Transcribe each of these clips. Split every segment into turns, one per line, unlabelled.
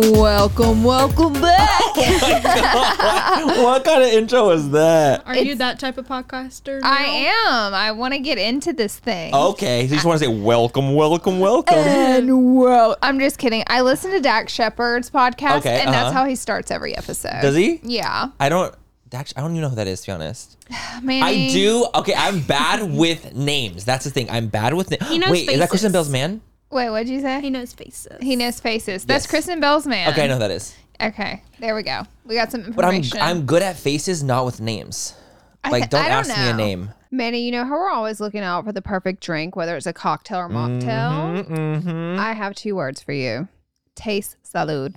Welcome, welcome back.
Oh, what kind of intro is that?
Are you that type of podcaster?
I am. I want to get into this thing.
Okay, you just want to say welcome, welcome,
Uh,
welcome.
And well, I'm just kidding. I listen to Dak Shepard's podcast,
Okay,
and that's
uh-huh.
how he starts every episode.
Does he?
Yeah,
I don't. Actually, I don't even know who that is. To be honest,
Manny.
I do. Okay, I'm bad with names. That's the thing. I'm bad with names.
He knows
Wait, is that
faces.
Kristen Bell's man?
Wait, what'd you say?
He knows faces.
He knows faces. That's
Yes.
Kristen Bell's man.
Okay, I know who that is.
Okay, there we go. We got some
But I'm
information.
I'm good at faces, not with names.
I
Like,
thi-
don't
I
ask me a
know.
name.
Manny, you know how we're always looking out for the perfect drink, whether it's a cocktail or mocktail?
Mm-hmm,
I have two words for you. Taste salud.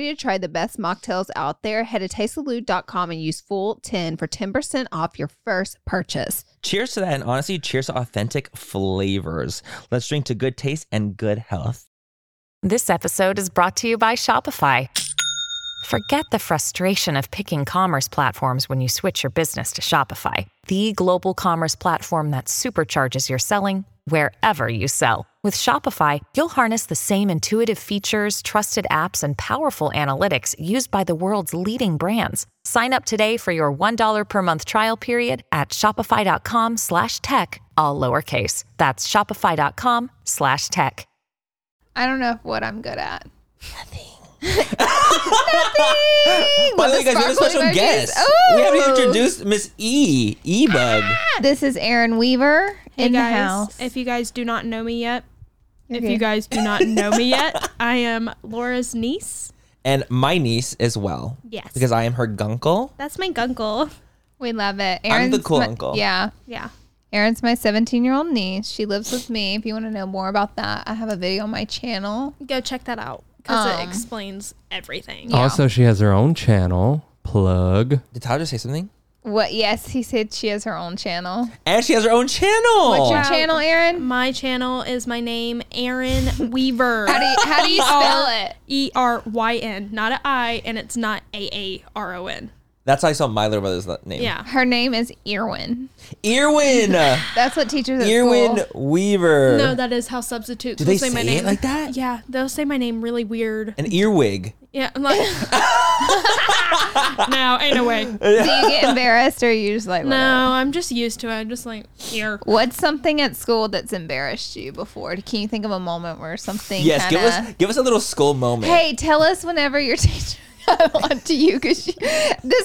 to try the best mocktails out there, head to tastesalute.com and use full 10 for 10% off your first purchase.
Cheers to that, and honestly, cheers to authentic flavors. Let's drink to good taste and good health.
This episode is brought to you by Shopify. Forget the frustration of picking commerce platforms when you switch your business to Shopify, the global commerce platform that supercharges your selling wherever you sell. With Shopify, you'll harness the same intuitive features, trusted apps, and powerful analytics used by the world's leading brands. Sign up today for your $1 per month trial period at shopify.com slash tech, all lowercase. That's shopify.com slash tech.
I don't know what I'm good at.
By the
With
way,
the
guys, we have
sparkly
a special
emojis. Oh.
guest. We haven't
Oh!
Ooh.
introduced Miss E, E Bug.
Ah!
This is Aaron Weaver
Hey
in
guys,
the house.
if you guys do not know me yet, if
Okay.
you guys do not know me yet, I am Laura's niece.
And my niece as well.
Yes.
Because I am her gunkle.
That's my gunkle.
we love it.
I'm the cool
my-
uncle.
Yeah.
Yeah.
Aaron's my 17 year old niece. She lives with me. If you want to know more about that, I have a video on my channel.
Go check that out because
Um,
it explains everything.
Also, she has her own channel. Plug.
Did Tyler just say something?
What? Yes, he said she has her own channel.
And she has her own channel.
What's your
Wow.
channel, Aaron?
My channel is my name, Aaron Weaver.
How do you, how
Oh.
do you spell it?
E R Y N, not a I, and it's not A A R O N.
That's how I saw my little brother's la- name.
Yeah.
Her name is Irwin.
Irwin.
That's what teachers at
Irwin
school.
Weaver.
No, that is how substitutes
Do they
will say, my
say it
name
like that?
Yeah, they'll say my name really weird.
An earwig.
Yeah, I'm like, no, ain't no way. No,
Do you get embarrassed or are you just like, whatever?
I'm just used to it. I'm just like here.
What's something at school that's embarrassed you before? Can you think of a moment where something?
Yes,
kinda,
give us give us a little skull moment.
Hey, tell us whenever your teacher got on to you because this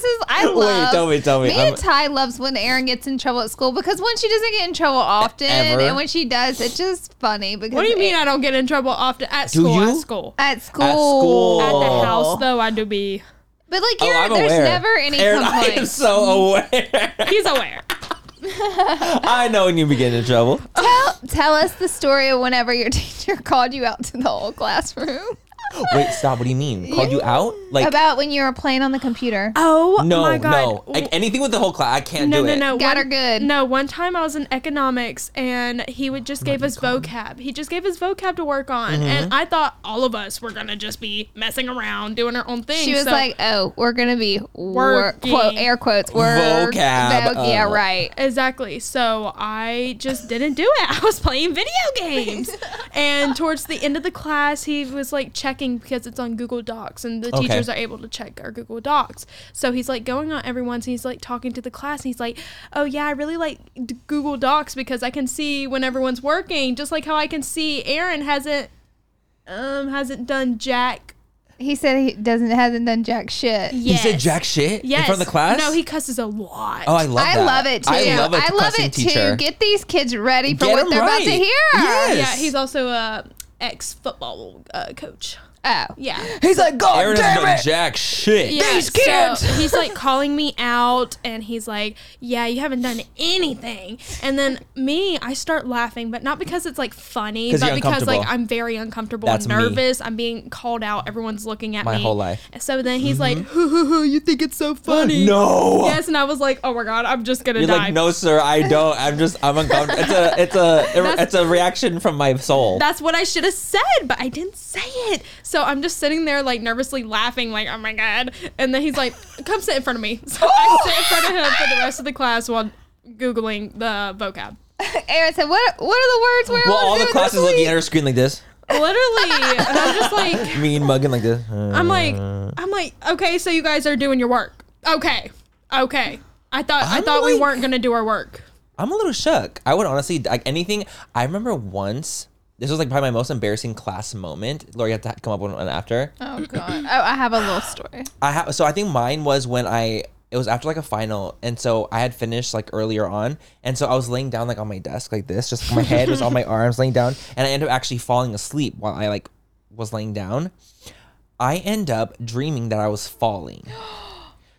is I
Wait,
love.
tell me, tell me.
Me
I'm-
and Ty loves when Aaron gets in trouble at school because one, she doesn't get in trouble often,
Ever.
and when she does, it's just funny because
What do you mean
it-
I don't get in trouble often at
Do
school?
you?
At school.
at school?
school.
At
Oh.
the house though, I do be.
But like,
Oh,
you're,
I'm
there's
aware.
never any
Aaron, I am
complaints.
so aware.
He's aware.
I know when you begin in trouble. Oh,
tell, tell us the story of whenever your teacher called you out to the whole classroom
Wait, stop. What do you mean? Called you out? Like
about when you were playing on the computer.
Oh
no,
my god.
no. Like anything with the whole class, I can't
no,
do
no,
it.
no.
Got
One-
her good.
No, one time I was in economics and he would just gave us vocab. He just gave us vocab to work on,
Mm-hmm.
and I thought all of us were gonna just be messing around, doing our own thing.
She was
so-
like, "Oh, we're gonna be work,
Working.
quote air quotes work,
Vocab,
voc- yeah,
uh,
right.
Exactly. So I just didn't do it. I was playing video games. and towards the end of the class, he was like checking because it's on Google Docs and the
Okay.
teachers are able to check our Google Docs. So he's like going on everyone's and he's like talking to the class and he's like, oh yeah, I really like d- Google Docs because I can see when everyone's working, just like how I can see Aaron hasn't um hasn't done jack.
He said he doesn't hasn't done jack shit.
Yes.
He said jack shit
Yes.
in front of the class.
No, he cusses a lot.
Oh, I love
I
that.
love it too.
I love, a
I love
cussing
it
teacher.
too. Get these kids ready for
Get
what
'em
they're about to
right.
hear.
Yes.
Yeah, he's also a ex football uh, coach.
Oh.
Yeah.
He's like, God
Aaron doesn't know
damn it,
jack shit.
Yeah,
These
so
kids!
he's like calling me out and he's like, Yeah, you haven't done anything. And then me, I start laughing, but not because it's like funny,
'Cause
but
you're
because like
uncomfortable.
I'm very uncomfortable,
That's me.
nervous, I'm being called out, everyone's looking at
My
me.
whole life. Mm-hmm.
So then he's like, hoo, hoo, hoo, you think it's so funny.
No.
Yes, and I was like, Oh my god, I'm just gonna
You're
die.
like, no, sir, I don't. I'm just, I'm uncomfortable. It's a, it's a, it's a reaction from my soul.
That's what I should have said, but I didn't say it. So I'm just sitting there, like nervously laughing, like, oh my God. And then he's like, come sit in front of me. So I sit in front of him for the rest of the class while Googling the vocab.
Aaron said, "What? What are the words we're
well,
all
all the
doing
classes
this
looking
week?"
at her screen like this,
Literally. And I'm just like,
mean mugging like this.
I'm like,
Uh.
I'm like, okay, so you guys are doing your work. Okay. Okay. I thought i
I'm
thought we
like-
weren't gonna do our work.
I'm a little shook. I would honestly like anything. I remember once. This was like probably my most embarrassing class moment. Lori had to come up with one after.
Oh god. Oh, I have a little story.
I ha- so I think mine was when I it was after like a final, and so I had finished like earlier on, and so I was laying down like on my desk like this, just my head was on my arms laying down, and I ended up actually falling asleep while I like was laying down. I end up dreaming that I was falling.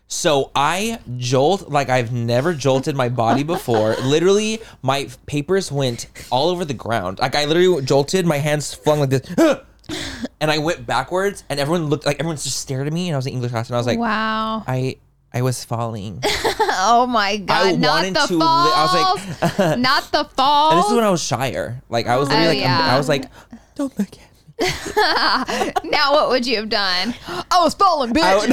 So I jolt like I've never jolted my body before. literally, my papers went all over the ground. Like I literally jolted, my hands flung like this, and I went backwards. And everyone looked like everyone just stared at me. And I was in English class, and I was like,
Wow.
I I was falling.
Oh my god.
I
not
wanted
the falls.
to. Li- I was like,
not the falls.
and this is when I was shyer. Like I was
Oh,
literally like, um,
yeah.
I was like, don't look at me.
now what would you have done? I was falling, bitch.
I would,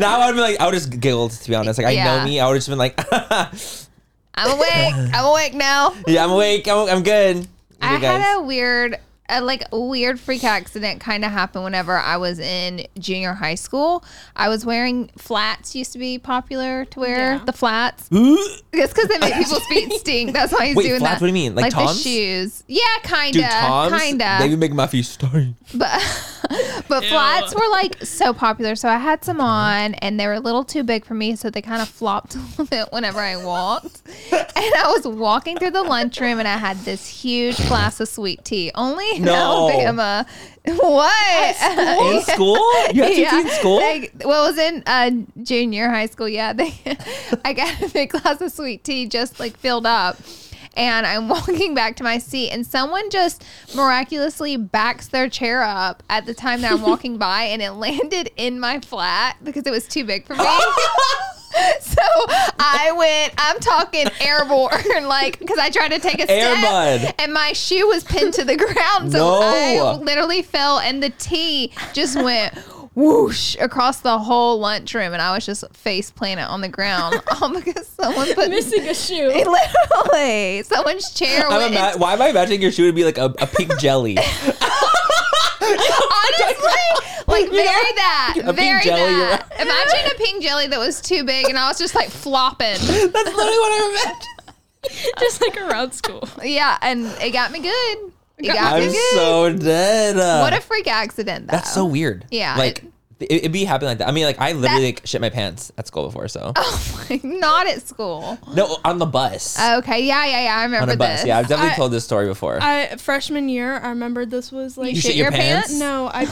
now I'd be like, I would just giggled to be honest. Like I
Yeah.
know me. I would just been like,
I'm awake. I'm awake now.
yeah, I'm awake. I'm, I'm good. You
I
guys.
had a weird, a, like weird freak accident kind of happened whenever I was in junior high school. I was wearing flats. Used to be popular to wear
Yeah.
the flats. It's because they make people's feet stink. That's why he's
Wait,
doing
flats?
that.
What do you mean? Like
the
Toms?
shoes? Yeah, kinda,
Dude, Tom's,
kinda.
they would make my feet stink.
but but flats were like so popular, so I had some on, and they were a little too big for me, so they kind of flopped a little bit whenever I walked. and I was walking through the lunchroom, and I had this huge glass of sweet tea. Only in
No.
Alabama. What?
In school? You had yeah. in school?
They, well, it was in uh, junior high school. Yeah, they, I got a big glass of sweet tea just like filled up. And I'm walking back to my seat, and someone just miraculously backs their chair up at the time that I'm walking by, and it landed in my flat because it was too big for me. so I went, I'm talking airborne, like, because I tried to take a
Air
step,
bud.
and my shoe was pinned to the ground. So
No.
I literally fell, and the tea just went whoosh across the whole lunchroom, and I was just face planted on the ground, all because someone put
Missing a shoe.
literally someone's chair
I'm
went.
ima-
into-
why am I imagining your shoe would be like a, a pink jelly?
honestly, like
You know,
very that,
a pink
very
jelly, you're
that. Imagine a pink jelly that was too big, and I was just like flopping.
That's literally what I imagined.
Just like around school.
Yeah, and it got me good. It got me
I'm
good.
so dead. uh,
what a freak accident! Though.
That's so weird.
Yeah,
Like, it, it'd be happening like that. I mean, like, I literally like, shit my pants at school before, so.
Oh. not at school.
No, on the bus.
Okay, yeah, yeah, yeah. I
on
remember
a bus.
this.
Yeah, I've definitely
I-
told this story before.
I freshman year, I remember this was like
you shit your,
your
pants?
pants?
no, I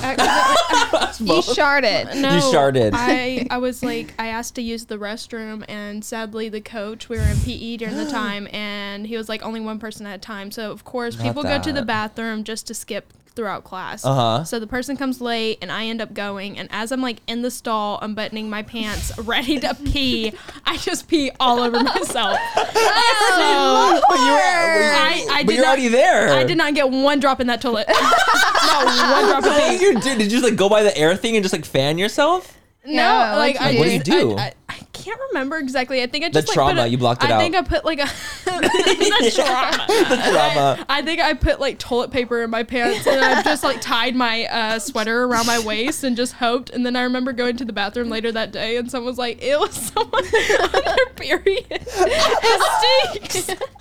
accidentally
You sharded.
No,
sharded.
I, I was like, I asked to use the restroom, and sadly, the coach, we were in PE during the time, and he was like, only one person at a time. So, of course, people go to the
that.
bathroom just to skip throughout class.
Uh-huh.
So the person comes late, and I end up going, and as I'm like in the stall, unbuttoning my pants, ready to pee, I just pee all over myself. So-
But you were,
I, I
but
did
you're
not,
already there.
I did not get one drop in that toilet. no, one drop of pee.
you did. Did you just like go by the air thing and just like fan yourself?
No,
Yeah,
like,
like
I
you
What do you
just- I-
do?
I, I can't remember exactly. I think I just like,
trauma,
put a,
you blocked it
I
out.
think I put like a the trauma.
Drama.
I think I put like toilet paper in my pants and I just like tied my uh, sweater around my waist and just hoped. And then I remember going to the bathroom later that day and someone was like, "It was someone on their period. It stinks."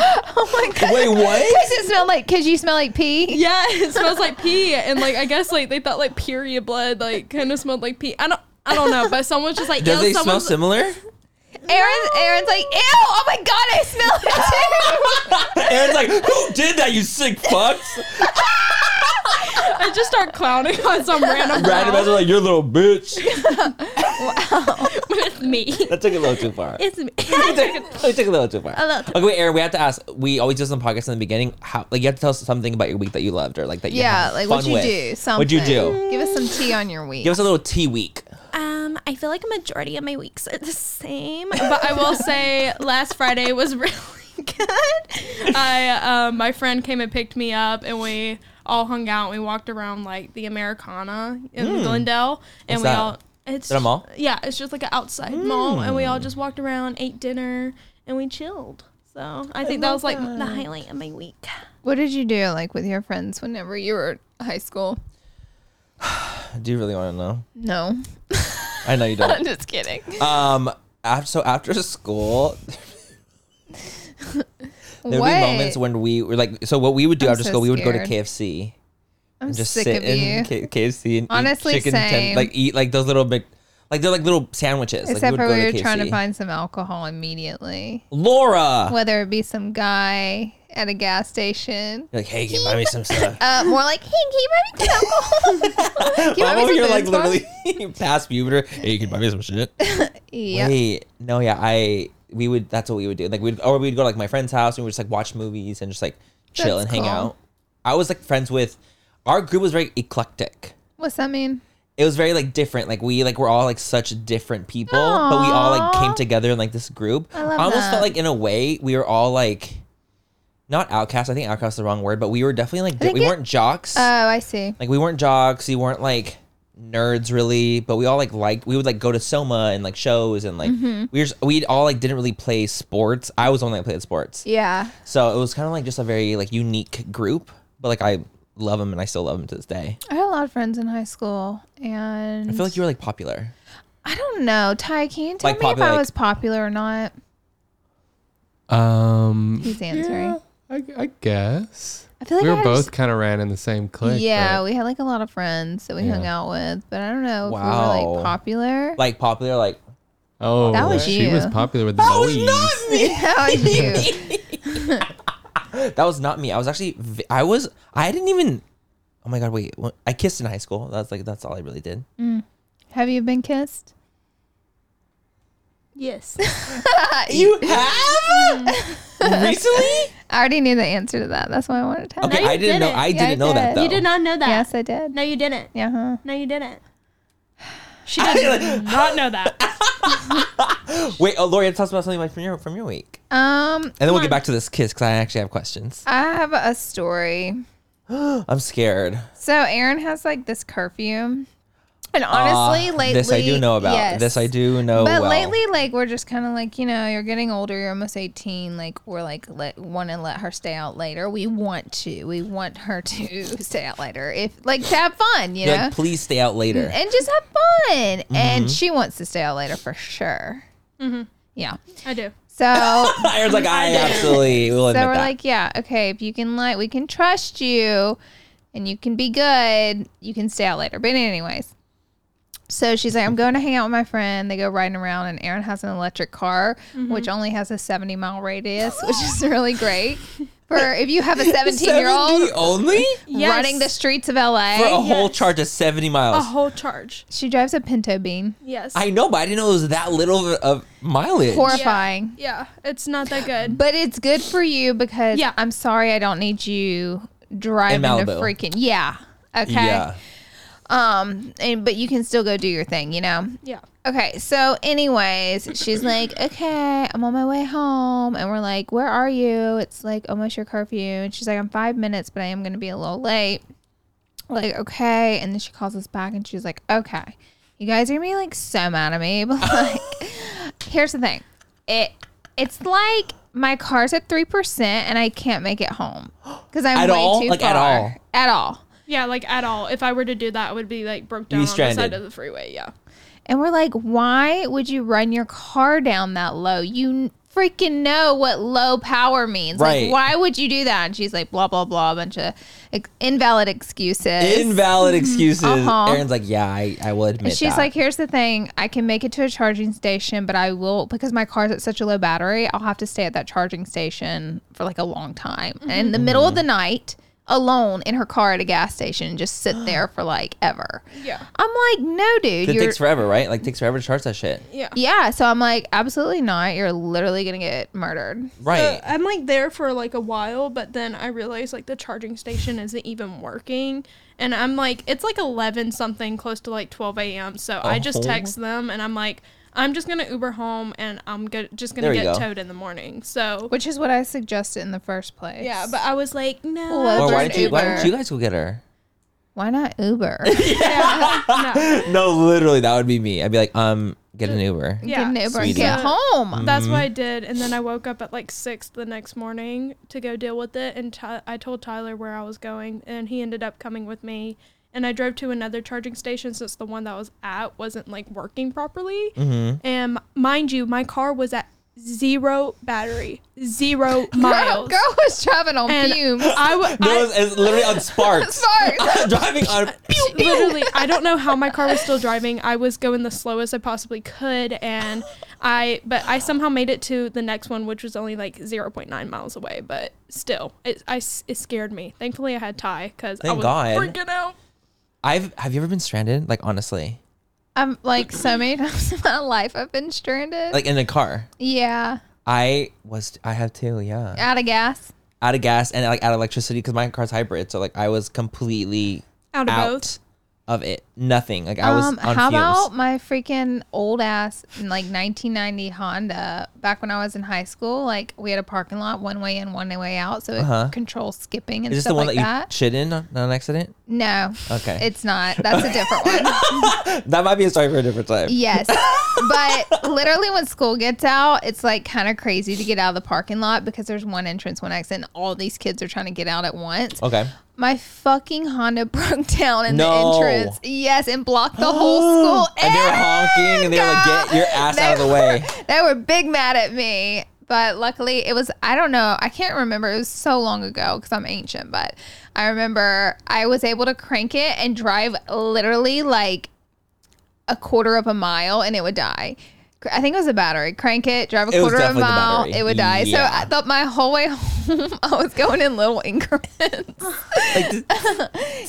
Oh my god.
Wait, what?
Does it smell like? Cause you smell like pee.
Yeah, it smells like pee, and like I guess like they thought like period blood like kind of smelled like pee. I don't, I don't know, but someone's just like,
Does
ew,
they smell
someone's-
similar?
Aaron, Aaron's like, ew. Oh my god, I smell it too.
Aaron's like, who did that, you sick fucks?
I just start clowning on some random
Random
girl.
as like, you're a little bitch.
It's me.
That took a little too far.
It's me.
it took a little too far.
little too
okay, wait, Aaron, we have to ask. We always do some podcasts in the beginning. How like you have to tell us something about your week that you loved or like that you
Yeah,
had
like
fun
what you
with.
do. Something.
What'd you do?
Give us some tea on your week.
Give us a little tea week.
Um, I feel like a majority of my weeks are the same, but I will say last Friday was really good. I um, my friend came and picked me up, and we all hung out. We walked around like the Americana in Glendale, and
Hmm. What's
we
that?
all it's
Is it a mall? Hmm.
Yeah, it's just like an outside mall, and we all just walked around, ate dinner, and we chilled. So I think that was like the highlight of my week.
what did you do like with your friends whenever you were high school?
Do you really want to know?
No,
I know you don't.
I'm just kidding.
um, after, so after school, there would be
What?
moments when we were like, so what we would do
I'm
after
so
school, we would go to
scared.
KFC.
I'm
and just
sick
sit
of
in
you.
K- KFC and
Honestly,
eat chicken ten-
same.
like eat like those little big, like they're like little sandwiches.
Except
like,
for we
would
were
go to
trying to
KFC.
find some alcohol immediately.
Laura.
Whether it be some guy at a gas station.
You're like, hey, can you buy me some stuff?
Uh, more like, hey, can you buy me some alcohol? Can you buy
Mom
me
over
some
here, like
food for-
literally past puberty. Hey, you can buy me some shit.
Yeah.
Wait, no, yeah, I we would. That's what we would do. Like we'd or we'd go to like my friend's house and we would just like watch movies and just like chill
That's
and hang
cool.
out. I was like friends with. Our group was very eclectic.
What's that mean?
It was very like different. Like we like were all like such different people, but we all like came
Aw.
together in like this group.
I love
almost
that.
felt like in a way we were all like. Not outcast. I think outcast is the wrong word, but we were definitely like di-
think
we
it-
weren't jocks.
Oh, I see.
Like we weren't jocks, we weren't like nerds really, but we all like liked we would like go to Soma and like shows and like
Mm-hmm.
we were just, we all like didn't really play sports. I was the only that played sports.
Yeah.
So it was kind of like just a very like unique group, but like I love them and I still love them to this day.
I had a lot of friends in high school, and
I feel like you were like popular.
I don't know. Ty, can you tell
Like
me
popular,
if I
like-
was popular or not?
Um,
He's answering.
yeah, I, I guess.
I feel like
we
I
were
had
both
just-
kind of ran in the same
uh,
clique.
yeah,
but
we had like a lot of friends that we hung
Yeah.
out with, but I don't know if we were
Wow.
like popular.
Like popular like
oh,
That was
she was
you.
popular with the boys.
How was you?
that was not me. I was actually v- I was I didn't even Oh my god, wait. what- I kissed in high school. That's like that's all I really did.
Have you been kissed?
Yes.
You have? Recently?
I already knew the answer to that. That's why I wanted to. ask.
Okay,
you
I didn't know.
didn't.
I
Yeah,
didn't
I
know that
did.
though.
You
not know that.
Yes, I did.
you didn't.
Yeah. huh.
No, you didn't. She did not know that.
Wait, oh, Lori, tell us about something like from your from your week,
Um,
and then we'll get back to this kiss because I actually have questions.
I have a story.
I'm scared.
So Aaron has like this curfew, and honestly,
Ah,
lately,
this I do know about.
Yes.
This I do know.
But
Oh, well.
lately, like we're just kind of like you know you're getting older. You're almost eighteen. Like we're like let want to let her stay out later. We want to. We want her to stay out later if like to have fun. You
You're
know,
like, please stay out later.
and just have fun. And she wants to stay out later for sure. Yeah.
I do.
So
Aaron's like, I absolutely will admit
so we're
that.
like, yeah, okay, if you can like, we can trust you, and you can be good, you can stay out later. But anyways, so she's like, I'm going to hang out with my friend. They go riding around, and Aaron has an electric car,
Mm-hmm.
which only has a 70 mile radius, which is really great for if you have a 17 year old
70 only
Yes.
running the streets of
for a
LA.
whole
Yes.
charge of seventy miles.
A whole charge.
She drives a Pinto Bean.
Yes.
I know, but I didn't know it was that little of, of mileage.
Horrifying.
yeah, it's not that good.
But it's good for you because
Yeah.
I'm sorry I don't need you driving to
Malibu.
freaking yeah. Okay.
Yeah,
Um and but you can still go do your thing, you know.
Yeah.
Okay, so anyways, she's like, "Okay, I'm on my way home." And we're like, "Where are you?" It's like almost your curfew. And she's like, "I'm 5 minutes, but I am going to be a little late." We're like, "Okay." And then she calls us back and she's like, "Okay. You guys are going to be like so mad at me, but like here's the thing. It it's like my car's at 3% and I can't make it home cuz I'm
At
way
all?
too
Like,
far.
at all?
At all.
Yeah, like at all. If I were to do that, I would be like broke down on the
stranded.
side of the freeway. Yeah.
And we're like, why would you run your car down that low? You n- freaking know what low power means.
Right.
Like, why would you do that? And she's like, blah, blah, blah, a bunch of ex- invalid excuses.
Invalid excuses.
Uh-huh.
Aaron's like, yeah, I, I will admit
and she's
that.
like, here's the thing. I can make it to a charging station, but I will, because my car's at such a low battery, I'll have to stay at that charging station for like a long time.
Mm-hmm.
And in the middle of the night, alone in her car at a gas station, just sit there for like ever.
Yeah.
I'm like, no, dude.
it
You're,
takes forever, right? Like, takes forever to charge that shit.
yeah. So I'm like, absolutely not. You're literally going to get murdered.
Right.
So, Uh,
uh,
I'm like there for like a while, but then I realized like the charging station isn't even working. And I'm like, it's like 11 something, close to like 12 a.m. So I
Oh.
just text them and I'm like, I'm just going to Uber home and I'm go- just going
There
to
you
get
go.
towed in the morning. So,
Which is what I suggested in the first place.
yeah, but I was like, no.
Well,
Or why
Uber's
did you? Why didn't
Uber.
you guys go get her?
why not Uber?
no, literally, that would be me. I'd be like, um, get an Uber.
Get an
Yeah,
Uber
Sweetie.
and get
So-
Mm.
home.
That's what I did, and then I woke up at like six the next morning to go deal with it. And Ty- I told Tyler where I was going, and he ended up coming with me. And I drove to another charging station since the one that I was at wasn't like working properly.
Mm-hmm.
And mind you, my car was at zero battery, zero
Girl,
miles.
girl was traveling on
and
fumes.
I, w-
That
I-
was it's literally on sparks.
Sparks.
Driving on.
literally i don't know how my car was still driving i was going the slowest i possibly could and i but i somehow made it to the next one which was only like 0.9 miles away but still it, I, s- it scared me thankfully i had ty because i
Thank
was
God.
freaking out
I've have you ever been stranded? Like honestly,
I'm like so many times in my life I've been stranded.
like in a car.
yeah.
I was. I have too. Yeah.
Out of gas.
Out of gas and like out of electricity because my car's hybrid. So like I was completely
Out of
out
both?
of it. Nothing. Like I was
um,
on
how
fumes.
about my freaking old ass like 1990 Honda? Back when I was in high school, like we had a parking lot, one way in, one way out, so it controls skipping and
Uh-huh. Is this
stuff
the one
like
that you
that.
shit in on on an accident?
no,
Okay.
it's not. That's a different one.
That might be a story for a different time.
Yes. but literally, when school gets out, it's like kind of crazy to get out of the parking lot because there's one entrance, one exit, and all these kids are trying to get out at once.
Okay.
My fucking Honda broke down in
No.
the entrance. Yes, and blocked the whole school.
And they were honking and they were like,
Erica!
"Get your ass
They
out of the
were-
way."
They were big mad at me. But luckily, it was, I don't know, I can't remember. It was so long ago because I'm ancient, but I remember I was able to crank it and drive literally like a quarter of a mile and it would die. Cr- I think it was a battery. Crank it, drive a
It was
quarter of a
definitely the
mile,
battery.
it would die.
Yeah.
So I thought my whole way home, I was going in little increments.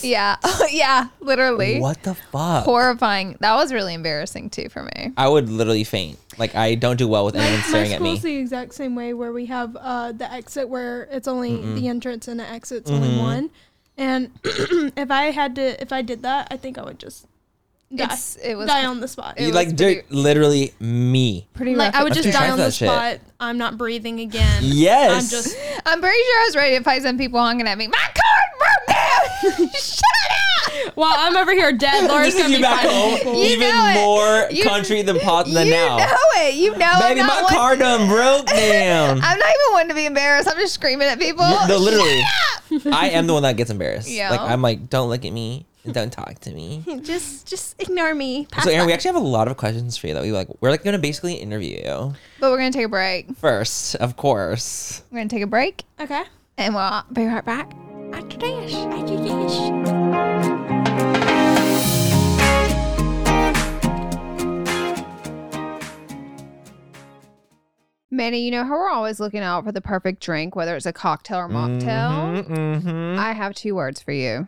yeah. yeah. Literally.
What the fuck?
Horrifying. That was really embarrassing too for me.
I would literally faint. Like I don't do well with anyone staring
my
at me.
school's the exact same way where we have uh, the exit where it's only the entrance and the exit's
Mm-hmm.
only one and if i had to if i did that i think i would just die,
It's, it was
die on the spot
You like dude, literally me.
pretty
like I would
Let's
just
try
die on
that
the
shit.
spot. I'm not breathing again.
Yes.
I'm just
I'm pretty sure I was ready to fight some people honking at me. My card broke down. Shut up.
well, I'm over here dead.
This
Laura's
is
gonna
you
be
back
fighting
home,
people.
You
even
know it.
more
You-
country than pot than
you
now.
know it. You know I'm
Baby,
not
my
one-
car done broke down.
I'm not even one to be embarrassed. I'm just screaming at people.
no, literally, I am the one that gets embarrassed.
Yeah.
Like I'm like, don't look at me, and don't talk to me.
Just, just ignore me.
So Aaron, we actually have a lot of questions for you that we like. We're like gonna basically interview you
But we're gonna take a break.
first, of course.
We're gonna take a break,
Okay.
and we'll be right back after this. Manny, you know how we're always looking out for the perfect drink, whether it's a cocktail or mocktail.
Mm-hmm.
I have two words for you.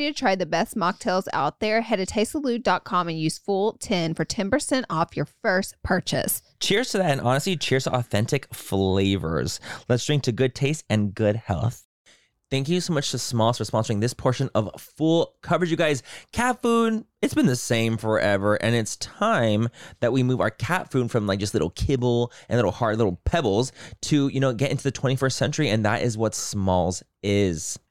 to try the best mocktails out there, head to tastesalute.com and use full 10 for 10% off your first purchase.
Cheers to that, and honestly, cheers to authentic flavors. Let's drink to good taste and good health. Thank you so much to Smalls for sponsoring this portion of full coverage, you guys. Cat food, it's been the same forever, and it's time that we move our cat food from like just little kibble and little hard little pebbles to, you know, get into the 21st century, and that is what Smalls is.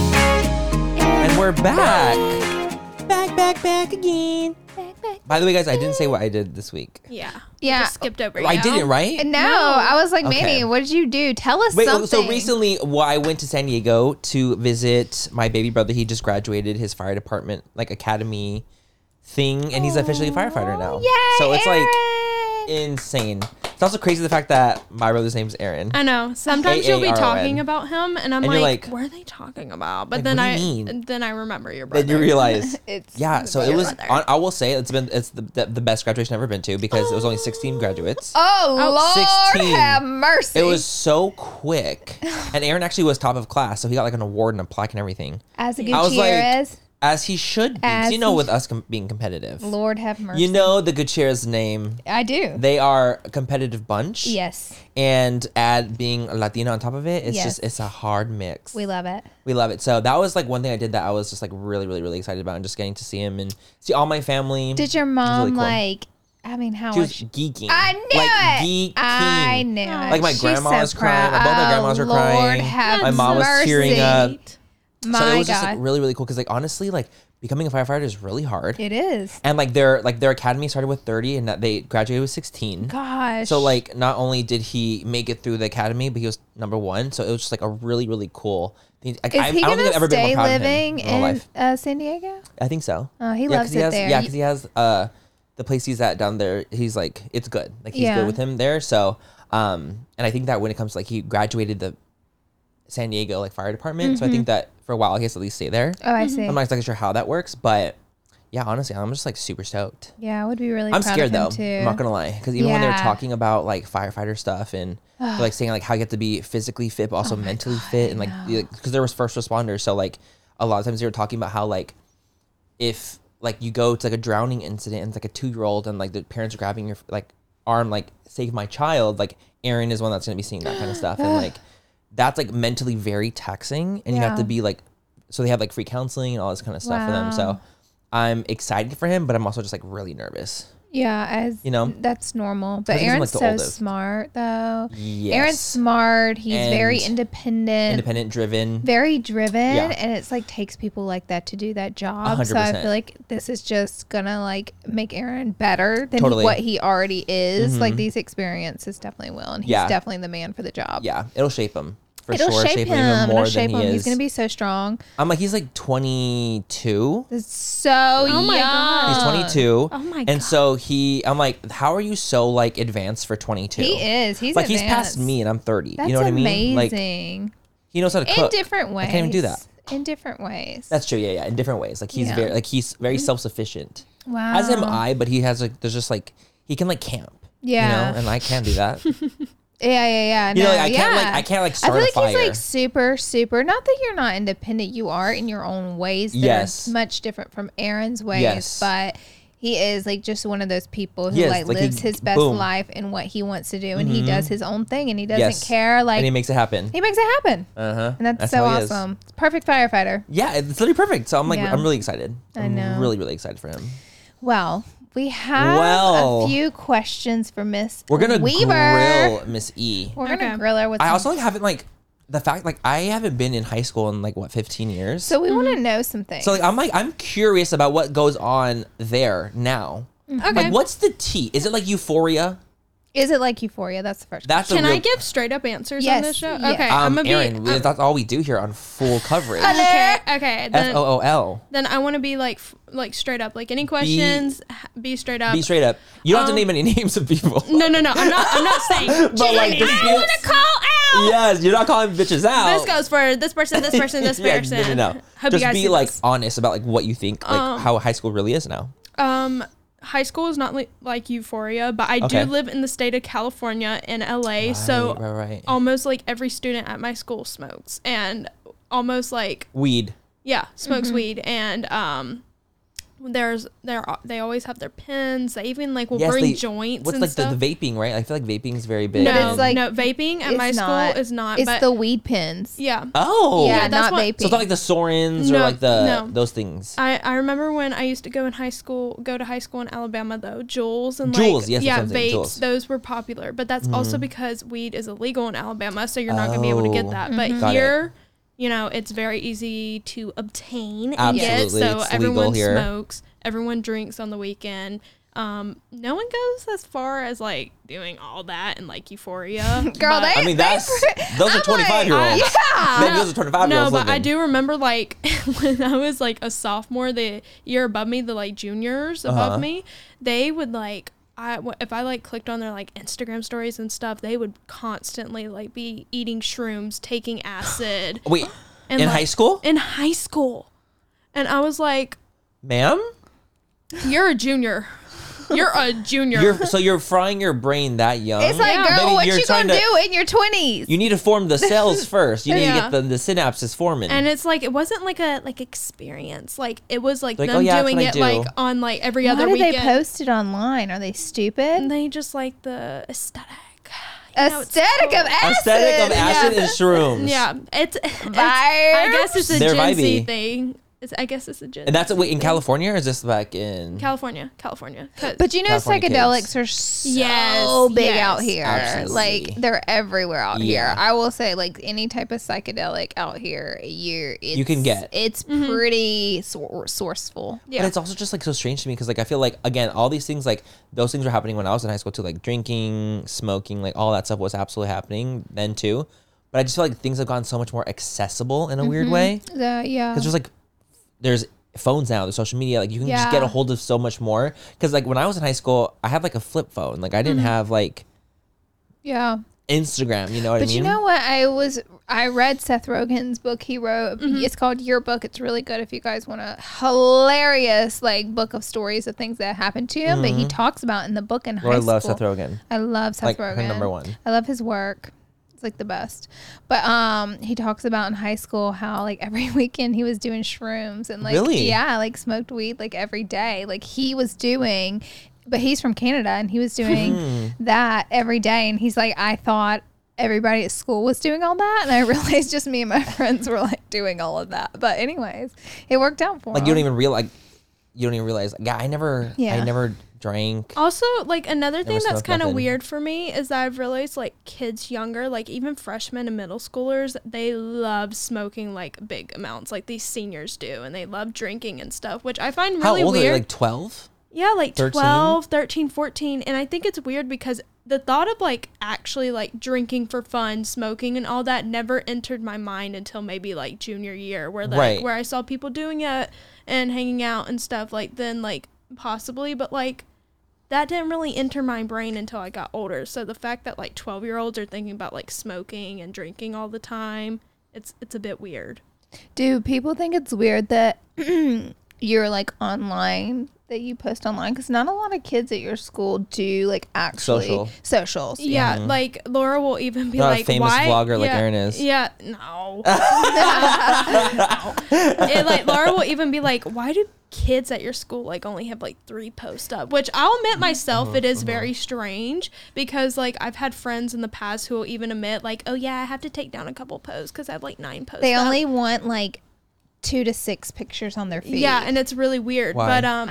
And we're back. Back, back, back again. By the way, guys, I didn't say what I did this week.
Yeah.
Yeah.
Just skipped over.
I
you.
didn't, right?
And now I was like,
Okay.
Manny, what did you do? Tell us
Wait,
something.
so recently, well, I went to San Diego to visit my baby brother. He just graduated his fire department, like academy thing, and he's officially a firefighter now. So it's like insane. It's also crazy the fact that my brother's name's Aaron.
I know. Sometimes you'll be
AARON.
talking about him, and I'm
And you're
like,
like-
"What are they talking about?" But
Like,
then
what do
I
you mean?
then I remember your brother.
Then you realize.
It's
Yeah, so it was. On, I will say it's been it's the, the, the best graduation I've ever been to because it was only sixteen graduates.
Oh, Lord
16.
have mercy.
It was so quick, and Aaron actually was top of class, so he got like an award and a plaque and everything,
as a
I was like-
Gutierrez.
as he should be. 'cause
As
you know,
he
with us com- being competitive,
Lord have mercy.
you know the Gutierrez name.
I do.
They are a competitive bunch.
yes,
And add being Latina on top of it, it's
Yes.
just it's a hard mix.
we love it.
We love it. So that was like one thing I did that I was just like really, really, really excited about, and just getting to see him and see all my family.
Did your mom
really cool.
like? I mean, how
She was
much?
geeking.
I knew
like,
it.
Geeking.
I knew it.
Like my
She's
grandma
so
was crying.
proud.
Both my grandmas
Oh,
were crying.
Lord have
My mom was tearing
mercy.
up.
My
so it was
God,
just like really, really cool because like honestly, like becoming a firefighter is really hard.
it is.
and like their like their academy started with thirty, and that they graduated with sixteen.
Gosh.
So like not only did he make it through the academy, but he was number one. So it was just like a really, really cool thing. Like,
is
I,
he
I don't
gonna
think I've ever been
stay
more proud of him
living
in my
in
life.
uh, San Diego?
I think so.
Oh, he
'cause
loves
he
it
has,
there.
Yeah, because he has uh, the place he's at down there. He's like, it's good. Like he's
Yeah.
good with him there. So, um, and I think that when it comes to, like he graduated the San Diego like fire department, so I
Mm-hmm.
think that for a while he has to at least stay there.
Oh, I see.
I'm not exactly sure how that works, but yeah, honestly, I'm just like super stoked.
yeah, I would be really.
I'm
proud of
scared
him
though.
Too.
I'm not gonna lie, because even when they're
Yeah.
talking about like firefighter stuff and they're, like saying like how you have to be physically fit, but also
Oh
mentally fit, and like because there was first responders, so like a lot of times they were talking about how like if like you go to like a drowning incident and it's like a two year old and like the parents are grabbing your like arm like save my child, like Aaron is one that's gonna be seeing that kind of stuff, and like that's like mentally very taxing, and you have
Yeah.
to be like so they have like free counseling and all this kind of stuff for them, so.
Wow.
I'm excited for him, but I'm also just like really nervous.
Yeah, as
You know?
that's normal. But
think he's, like,
Aaron's
the
so
oldest.
smart, though.
Yes.
Aaron's smart. He's very
And
independent,
independent, driven.
very driven,
Yeah.
and it's like takes people like that to do that job.
hundred
So I
percent.
feel like this is just gonna like make Aaron better than
Totally. Mm-hmm.
what he already is. Like these experiences definitely will, and he's
Yeah.
definitely the man for the job.
yeah, it'll shape him for
It'll
sure.
shape, him.
even more
It'll shape him.
than he is.
He's gonna be so strong.
I'm like he's like 22.
It's so
Oh my God.
young.
He's 22.
Oh my
and
God.
so he, I'm like, how are you so like advanced for 22?
He is. He's
like he's past
advanced.
me, and I'm 30.
That's
you know what I mean?
amazing.
Like he knows how to
in
cook.
different ways.
I can't even do that.
in different ways.
That's true. Yeah, yeah. In different ways, like he's
Yeah. Mm-hmm.
very like he's very self sufficient.
wow.
As am I, but he has like there's just like he can like camp.
Yeah.
You know, and I can't do that.
yeah, yeah, yeah.
You know,
no,
like, I can't like
yeah.
I can't like
I
start
feel like
a fire.
he's like super, super. Not that you're not independent, you are in your own ways. That
Yes.
are much different from Aaron's ways,
Yes.
but he is like just one of those people who
Yes,
like,
like, he-
lives his best
boom. Mm-hmm.
life and what he wants to do, and he does his own thing, and he doesn't
Yes.
care. Like
and he
he,
makes it happen.
makes it happen,
Uh huh.
and that's, so awesome. It's perfect firefighter.
Yeah, it's literally perfect. So I'm like
Yeah.
I'm really excited.
I
I'm
know.
really really excited for him.
Well, we have
Well.
a few questions for Miss.
We're gonna
Weaver.
grill Miss E.
We're gonna
Okay.
grill her with.
I
some-
also like haven't like the fact like I haven't been in high school in like what 15 years.
so we
Mm-hmm.
want to know some things.
So like I'm like I'm curious about what goes on there now.
Okay.
Like what's the tea? Is it like euphoria?
is it like Euphoria? That's the first.
That's
Can
a real,
I give straight up answers
Yes,
on this show?
yes.
Okay, I'm
um,
gonna
Aaron,
be. I'm- Uh,
that's all we do here on full coverage.
okay, okay.
F
Then,
O O L.
then I want to be like, f- like straight up. Like any questions, h- be straight up.
Be straight up. You don't have
Um,
to name any names of people.
No, no, no. I'm not. I'm not saying.
But like this
I want to call out.
Yes, you're not calling bitches out.
This goes for this person, this person, this
Yeah,
person.
No, no, no.
Hope
Just
you guys
be
do
like
this.
honest about like what you think, like how high school really is now.
Um, high school is not li- like euphoria, but I
Okay.
do live in the state of California in LA, so um,
right, right, right.
almost like every student at my school smokes, and almost like
Weed.
yeah, smokes weed, and um, there's there they always have their pens. They even like will
Yes,
bring
they-
joints
What's
and
like
stuff.
the, the vaping, right? I feel like vaping is very big.
no,
But it's like-
no vaping at
It's
my school is not.
It's
but
the weed pins.
yeah.
oh,
yeah, not
that's what-
vaping.
So it's not like the Sorens or
No,
like the
no. Uh,
those things.
I, I remember when I used to go in high school, go to high school in Alabama though, Juuls and
Juuls, yes,
like
that's what
yeah,
I'm saying,
vapes,
Juuls.
those were popular. But that's also because weed is illegal in Alabama, so you're not gonna be able to
Oh.
get that.
Got
But
it.
here, you know, it's very easy to obtain and get.
Absolutely,
So
it's legal
everyone
here.
smokes, everyone drinks on the weekend. Um, no one goes as far as like doing all that and like euphoria.
Girl,
but-
they
I mean, that's those are
like,
25 year olds.
yeah.
Maybe those are 25 year
No,
olds.
but I do remember like when I was like a sophomore, the year above me, the like juniors above
Uh-huh.
me, they would like I w- if I like clicked on their like Instagram stories and stuff, they would constantly like be eating shrooms, taking acid
Wait,
And,
in
like-
high school,
in high school, and I was like,
ma'am,
"You're a junior, you're a junior."
you're so you're frying your brain that young.
It's like,
Yeah.
girl,
Maybe
what
you're
you
trying
gonna
to-
do in your twenties?
you need to form the cells first. You need to
Yeah.
get the, the synapses forming.
and it's like it wasn't like a like experience like it was like,
Like,
them
oh, yeah, that's
doing
what I
it
do.
like on like every
Why
other
do
weekend
they post it online? Are they
and
stupid?
they just like the aesthetic know, it's
Aesthetic
cool.
of acid.
Aesthetic of acid and shrooms.
Yeah, it's, it's
Vibes.
I guess it's a
They're
Gen Z
vibey.
thing. It's, I guess it's a Gen.
And that's
Z
wait in
thing.
California or is this back in
California, California. 'Cause-
But you know,
California
psychedelics
kids.
are so
Yes,
big
yes.
out here.
Absolutely.
Like they're everywhere out
Yeah.
here. I will say, like any type of psychedelic out here, you it's,
You can get.
It's
Mm-hmm.
pretty sor- sourceful.
yeah.
But it's also just like so strange to me because like I feel like again all these things like those things were happening when I was in high school too like drinking, smoking, like all that stuff was absolutely happening then too. But I just feel like things have gotten so much more accessible in a weird way
Yeah, Mm-hmm. yeah.
because there's like there's phones now, there's social media, like you can just get
Yeah.
a hold of so much more. Because like when I was in high school, I had like a flip phone, like I
Mm-hmm.
didn't have like
yeah.
Instagram. You know what
But
I mean?
you know what? I was I read Seth Rogen's book he wrote. It's called Yearbook. It's really good if you guys want a hilarious like book of stories of things that happened to him. But he talks about in the book in
Lord,
high
Mm-hmm. I love
school.
Seth Rogen.
I love Seth
Like, her
Rogen.
number one.
I love his work. It's like the best. But um, he talks about in high school how like every weekend he was doing shrooms and like
Really?
yeah, like smoked weed like every day. Like he was doing, but he's from Canada and he was
Hmm.
doing that every day. And he's like, I thought. Everybody at school was doing all that, and I realized just me and my friends were like doing all of that. But anyways, it worked out for
Like you don't
him.
even realize. Like, you don't even realize. Like, yeah, I never. I
Yeah.
never drank.
also like another thing that's
smoked
kind of
nothing.
weird for me is that I've realized like kids younger, like even freshmen and middle schoolers, they love smoking like big amounts, like these seniors do, and they love drinking and stuff, which I
Oh,
find
How
really
old are
weird.
they? Like twelve.
Yeah, like
13?
12, 13, 14. And I think it's weird because the thought of like actually like drinking for fun, smoking and all that never entered my mind until maybe like junior year where like
Right.
where I saw people doing it and hanging out and stuff like then like possibly but like that didn't really enter my brain until I got older. So the fact that like 12-year-olds are thinking about like smoking and drinking all the time, it's it's a bit weird.
Do people think it's weird that you're like online that you post online? Because not a lot of kids at your school do like actually
Social.
socials.
Yeah, like Laura will even be
Not a
like,
famous
"Why?"
vlogger like
yeah,
Erin is.
Yeah, no. no. It, like Laura will even be like, "Why do kids at your school like only have like three posts up?" Which I'll
Mm-hmm.
admit myself, it is very strange because like I've had friends in the past who will even admit like, "Oh yeah, I have to take down a couple posts because I have like nine posts."
They
up."
only want like two to six pictures on their feed.
yeah, and it's really weird.
Why?
But um,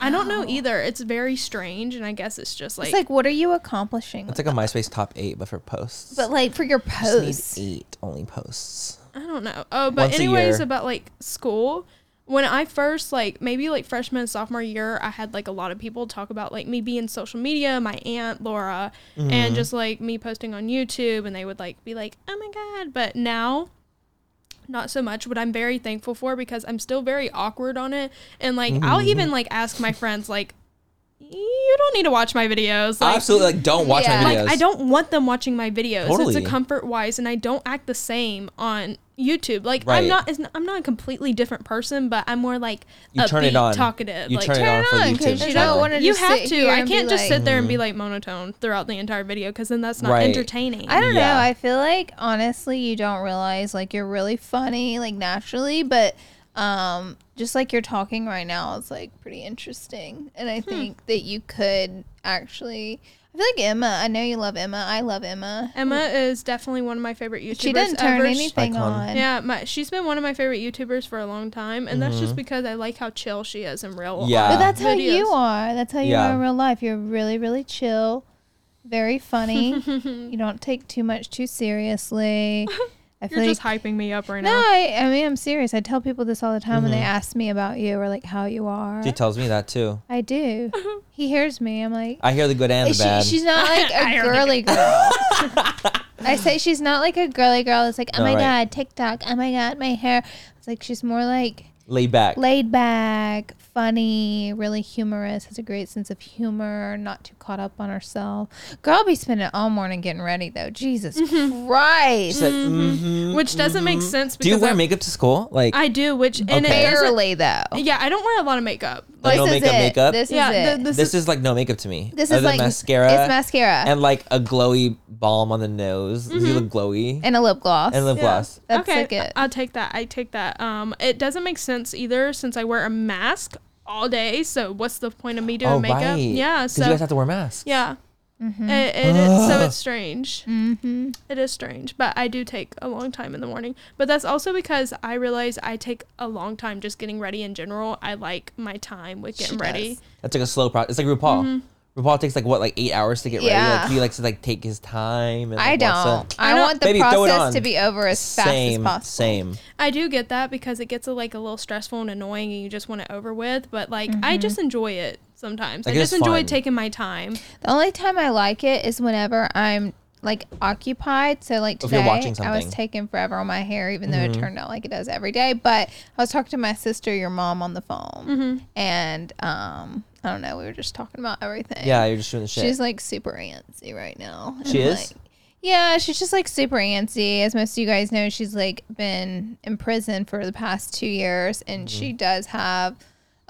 I don't, know either. It's very strange, and I guess it's just like,
it's like, what are you accomplishing?
It's
with-
like a MySpace top eight, but for posts.
but like for your
You need
posts,
eight only posts.
I don't know. Oh, but
Once a
anyways,
year.
about like school. When I first like maybe like freshman and sophomore year, I had like a lot of people talk about like me being social media, my aunt Laura,
Mm-hmm.
and just like me posting on YouTube, and they would like be like, "Oh my god!" But now, not so much. What I'm very thankful for because I'm still very awkward on it, and like
Mm-hmm.
I'll even like ask my friends like, "You don't need to watch my videos." Like,
Absolutely, like don't watch
Yeah.
my
Like,
videos.
I don't want them watching my videos.
Totally.
It's a comfort wise, and I don't act the same on YouTube. Like
Right.
I'm not, it's not, I'm not a completely different person, but I'm more like
You turn it
upbeat,
on.
talkative.
You
like,
turn it on for
on, 'cause
YouTube.
you
and
don't
stuff.
wanna-
You
Just
have
sit
to.
here
I
and be
can't just
like-
sit there and be like monotone throughout the entire video because then that's not
Mm-hmm. Right.
entertaining.
I don't
Yeah.
know. I feel like honestly, you don't realize like you're really funny like naturally, but um, just like you're talking right now is like pretty interesting, and I think that you could actually. I feel like Emma. I know you love Emma. I love Emma.
Emma is definitely one of my favorite YouTubers.
She didn't turn
ever. She-
anything
Icon.
on.
Yeah, my, she's been one of my favorite YouTubers for a long time, and that's just because I like how chill she is in real.
Mm-hmm. Yeah.
But that's how
videos.
you are. That's how you
Yeah.
are in real life. You're really, really chill, very funny. you don't take too much too seriously. I feel
You're
like
just hyping me up right
no,
now.
I, I mean I'm serious. I tell people this all the time when
Mm-hmm.
they ask me about you or like how you are.
She tells me that too.
I do. he hears me. I'm like,
I hear the good and the
she,
bad.
she's not like a girly girl. I say she's not like a girly girl. It's like, oh
No,
my
right.
god, TikTok. Oh my god, my hair. It's like she's more like
Laid back.
laid back, funny, really humorous, has a great sense of humor, not too caught up on herself. Girl, I'll be spending all morning getting ready though. Jesus
She's
Christ.
like, mhm.
Which doesn't make sense
Do
because
you wear
I,
makeup to school? Like,
I do, which and
Okay.
it doesn't
Barely though.
Yeah, I don't wear a lot of makeup.
Like, no
this is
makeup,
it.
makeup?
This is
yeah,
it.
th-
this,
this,
this
is,
is like no makeup to me.
is
Other than
like
mascara.
It's mascara and,
and like a glowy balm on the nose.
Mm-hmm.
You look glowy. And,
a lip gloss.
lip gloss.
That's
okay.
like it.
I'll take that. I take that. Um, it doesn't make sense either since I wear a mask all day. So what's the point of me doing
oh,
makeup?
right.
Yeah.
'Cause
So
you guys have to wear masks.
yeah.
Mm-hmm.
It, it is, so it's strange. Mm-hmm. is strange, but I do take a long time in the morning. But that's also because I realize I take a long time just getting ready in general. I like my time with getting ready.
That's like a slow process. It's like RuPaul. RuPaul takes like what, like eight hours to get ready.
Mm-hmm. Yeah.
Like, he likes to like take his time. And,
I
like, wants to-
don't. I,
I don't-
want the
Baby, throw it on.
process to be over as
Same,
fast as possible.
same.
I do get that because it gets a, like a little stressful and annoying, and you just want it over with. But like, I
Mm-hmm.
just enjoy it sometimes.
Like,
I
it's
just enjoy
fun.
taking my time.
The only time I like it is whenever I'm like occupied. So like
If you're
today,
watching
I was
something. Mm-hmm.
taking forever on my hair, even though it turned out like it does every day. But I was talking to my sister, your mom, on the phone, and um, I don't know, we were just talking about everything.
Yeah, you're just doing the shit.
she's like super antsy right now. and,
She is?
Like, yeah, she's just like super antsy. As most of you guys know, she's like been in prison for the past two years, and she does have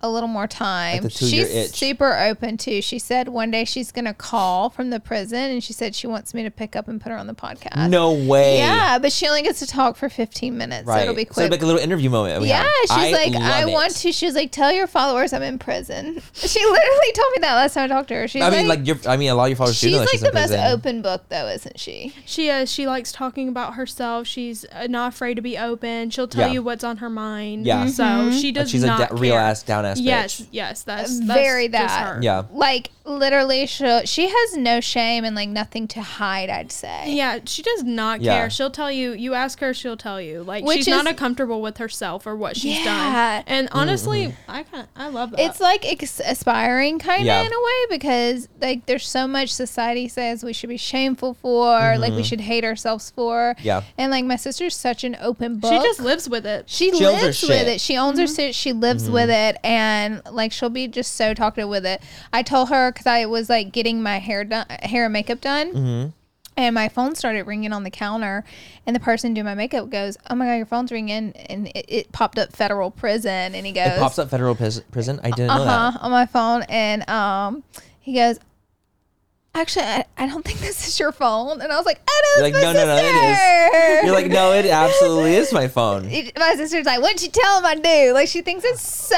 a little more time.
Mm-hmm. the two-year
she's
itch.
super open too. She said one day she's gonna call from the prison, and she said she wants me to pick up and put her on the podcast.
no way.
Yeah, but she only gets to talk for 15 minutes,
Right.
so it'll be
So
quick.
it'd be like a little interview moment. we
Yeah,
have.
she's like,
love
I
it.
want to. She was like, tell your followers I'm in prison. She literally told me that last time I talked to her. She's
I mean, like, you're, I mean, a lot of your followers do
she's
know
like
that she's
the
in
most
prison.
open book, though, isn't she?
She is. She likes talking about herself. She's uh, not afraid to be open. She'll tell
Yeah.
you what's on her mind.
Yeah.
Mm-hmm.
So she
Like,
does
she's a
not
da- real
care.
ass, down ass
Yes.
bitch.
Yes. That's, that's
Uh, Very
just
that.
her.
Yeah.
Like literally, she she has no shame and like nothing to hide. I'd say.
Yeah, she does not
Yeah.
care. She'll tell you. You ask her, she'll tell you. Like
Which
she's not
is-
not comfortable with herself or what she's
Yeah.
done. And honestly,
Mm-hmm.
I kind of I love that.
It's like ex- aspiring, kind of
Yeah.
in a way, because like there's so much society says we should be shameful for, like we should hate ourselves for.
Mm-hmm. Yeah.
And like my sister's such an open book.
she just lives with it.
She,
She owns her
lives
shit. Mm-hmm.
with it. She owns her shit. She lives with it, and like she'll be just so
Mm-hmm.
talkative with it. I told her because I was like getting my hair done, hair and makeup done, And my phone started ringing on the counter, and the person doing my makeup goes, "Oh my god, your phone's ringing!" And it, it popped up federal prison, and he goes,
It pops up federal pis- prison. I didn't know
uh-huh,
that.
on my phone and um he goes actually I, I don't think this is your phone and i was like oh no,
You're
it's
like,
my
"No, no, no, it is."
sister."
You're like, no, it absolutely is my phone.
It- my sister's like what'd you tell him i do like she thinks it's so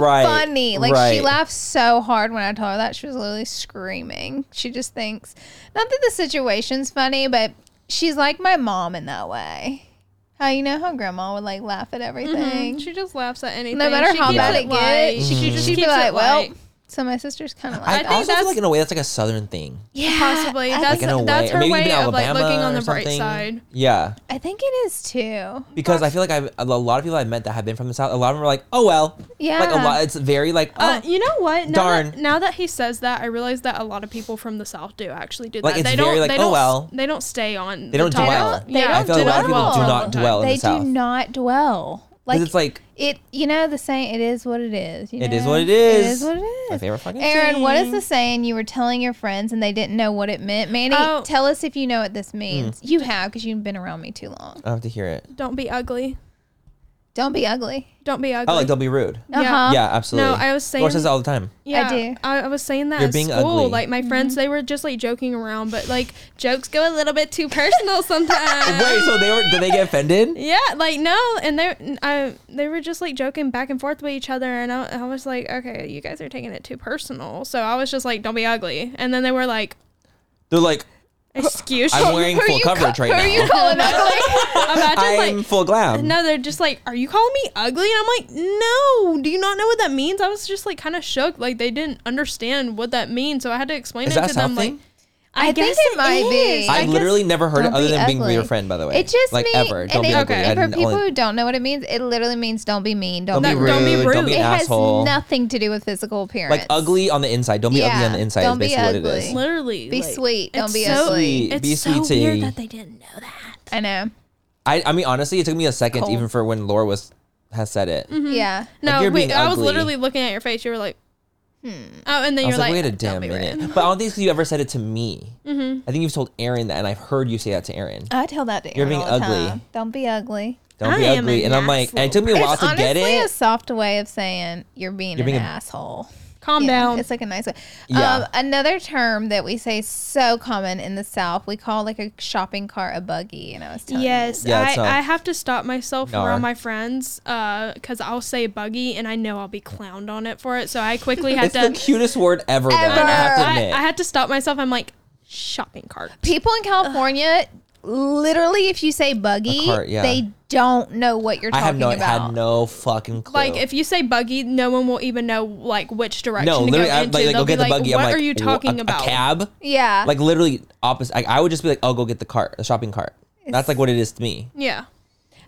Right,
funny like she
right.
laughed so hard when i told her that she was literally screaming she just thinks not that the situation's funny but she's like my mom in that way how you know how grandma would like laugh at everything
Mm-hmm. She just laughs at anything.
no matter
She
how
keeps
bad it
light.
gets,
she
she,
just
she'd be
keeps
like,
it
"Well."
light.
So my sister's kind of like,
Mm-hmm. I,
that.
think
also feel
that's-
like in a way that's like a southern thing.
yeah,
possibly. That's
Like in a way,
that's
or
her
maybe
way
even
of like
Alabama
looking on
or
the bright
something.
side.
Yeah,
I think it is too.
because I feel like I've, a lot of people I've met that have been from the south. A lot of them are like, oh well. Like a
Yeah.
lot. It's very like. Oh,
Uh, you know what? Now That,
Darn.
now that he says that, I realize that a lot of people from the South do actually do that.
Like, it's
they don't.
very like, "Oh,
they don't. s-
well."
They don't stay on.
They don't
the topic.
dwell.
They
Yeah,
don't
I feel like a lot of people do
dwell.
not dwell in
They
the
do
south.
not dwell.
'Cause
Like
it's like
it, you know the saying. It is what it is. You
It is
know?
what it
It is
is.
what it
my
is.
favorite fucking.
Aaron, what is
saying.
the saying you were telling your friends and they didn't know what it meant? Manny,
Oh.
tell us if you know what
Hmm.
this means. You have because you've been around me too long.
I have to hear it.
Don't be ugly.
Don't be ugly.
Don't be ugly.
Oh, like don't be rude.
Yeah.
Uh-huh.
yeah, absolutely.
No, I was
Laura
saying-
says it all the time.
Yeah, Mm-hmm.
do.
I, I was saying that
You're
at
being
school.
ugly.
Like my friends, they were just like joking around, but like jokes go a little bit too personal sometimes.
Wait, so they were? Did they get offended?
Yeah, like no, and they I, they were just like joking back and forth with each other, and I, I was like, okay, you guys are taking it too personal. So I was just like, don't be ugly, and then they were like,
They're like,
excuse me.
I'm wearing
Who
full
you
coverage
ca-
right
who
now.
are you calling ugly?
Imagine
I'm
like
full glam.
no, they're just like, are you calling me ugly? And I'm like, no. Do you not know what that means? I was just like kind of shook, like they didn't understand what that means, so I had to explain
Is
it
that
to them.
something?
Like,
I think it might be.
I, literally never heard it
Don't
other
be
than being
ugly.
your friend, by the way.
It just
like
mean-
ever. Don't
and
be
it-
ugly.
okay.
I
And for
didn't-
people
only-
who don't know what it means, it literally means don't be mean, don't,
don't
be
be rude.
Don't be
Don't be
rude.
an
it
asshole.
has nothing to do with physical appearance.
Like ugly on the inside. Don't be ugly
Yeah,
on the inside.
don't
Is
be
basically what it
ugly.
is.
literally,
Be
like,
sweet. Don't
it's
be
so-
ugly.
Be-
It's
be
so
sweet to
weird
you.
that they didn't know that.
I know.
I, I mean, honestly, it took me a second
Oh.
Cold.
even for when Laura was has said it.
Yeah.
No,
you're
wait,
being
I was
ugly.
literally looking at your face. You were like,
Hmm.
oh, and then
I
you're
was like,
like,
wait a
"Don't
damn
be
minute.
rude."
But I don't think you ever said it to me.
Mm-hmm.
I think you've told Aaron that, and I've heard you say that to Aaron.
I tell that to
You're
Aaron
being
all the
ugly.
time. Don't be ugly.
Don't
I
be
am a
ugly. And I'm
nice
like, and it took me a while
it's
to
honestly
get
a
it.
soft way of saying you're being
being
an
a-
asshole.
Calm
Yeah,
down.
It's like a nice way.
Yeah.
Um, another term that we say so common in the South, we call like a shopping cart a buggy. And I was telling
Yes,
Yeah,
I,
it's not-
I have to stop myself
No.
around my friends because I'll say buggy and I know I'll be clowned on it for it. So I quickly
It's
had
the
to.
cutest word ever, though. I have to
I,
admit.
I had to stop myself. I'm like, shopping cart.
you. people in California, literally, if you say buggy,
A cart, yeah.
they don't know what you're
I
talking
have no,
about.
had no fucking clue.
Like if you say buggy, no one will even know like which direction
no,
to go
literally,
into.
I'm like, like,
They'll
go
be
get the
like,
buggy.
what
I'm like,
are you
"Wha-
talking
a,
about?
A cab?
yeah.
Like literally opposite. Like, I would just be like, "Oh, go get the cart, the shopping cart." That's like what it is to me.
Yeah,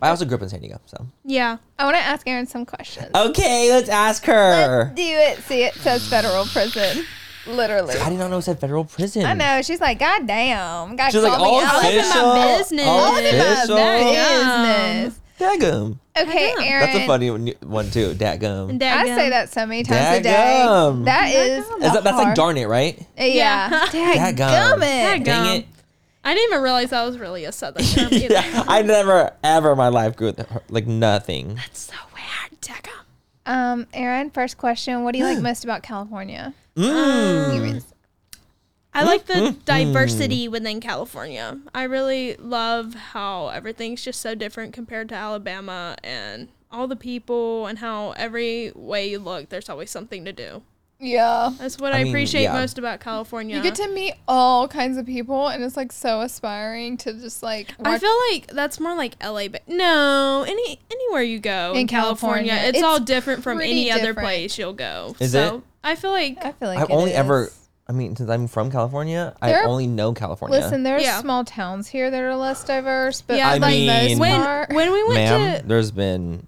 But I also grew up in San Diego, so
yeah.
I want to ask Aaron some questions.
okay, let's ask her.
Do it. See, it says federal prison. Literally.
I did not know it said federal prison.
I know. She's like, God damn. God
She's like,
call
all
me out.
in my
official,
business.
all
All in my
official.
Business.
Dagum.
Okay,
Goddamn.
Aaron.
That's a funny one- one too. Dagum.
I
Dadgum.
say that so many times a day.
Dadgum.
That is.
Is that, that's like
hard-
darn it, right?
Yeah.
Dadgum.
Dadgummit.
Dang
Dadgum.
it.
I didn't even realize that was really a southern term. either.
yeah, I never ever in my life grew with her- like nothing.
So weird, Dagum.
Um, Aaron, first question. What do you
Hmm.
like most about California? Um,
I like
Mm-hmm.
the diversity within California. I really love how everything's just so different compared to Alabama and all the people and how every way you look, there's always something to do.
Yeah.
That's what
I
I,
mean,
appreciate
yeah.
most about California.
You get to meet all kinds of people, and it's like so aspiring to just like.
I feel like that's more like LA, but no, any anywhere you go in,
In
California,
California,
it's,
it's
all different from
pretty
any other
different.
place you'll go.
Is
so
it?
I feel like
I feel like
I've
it
only
is.
ever. I mean, since I'm from California, I
There-
only know California.
Listen, there's
Yeah.
small towns here that are less diverse, but
Yeah,
for
I
the
mean-
most
when
part,
when we went
ma'am,
to
there's been.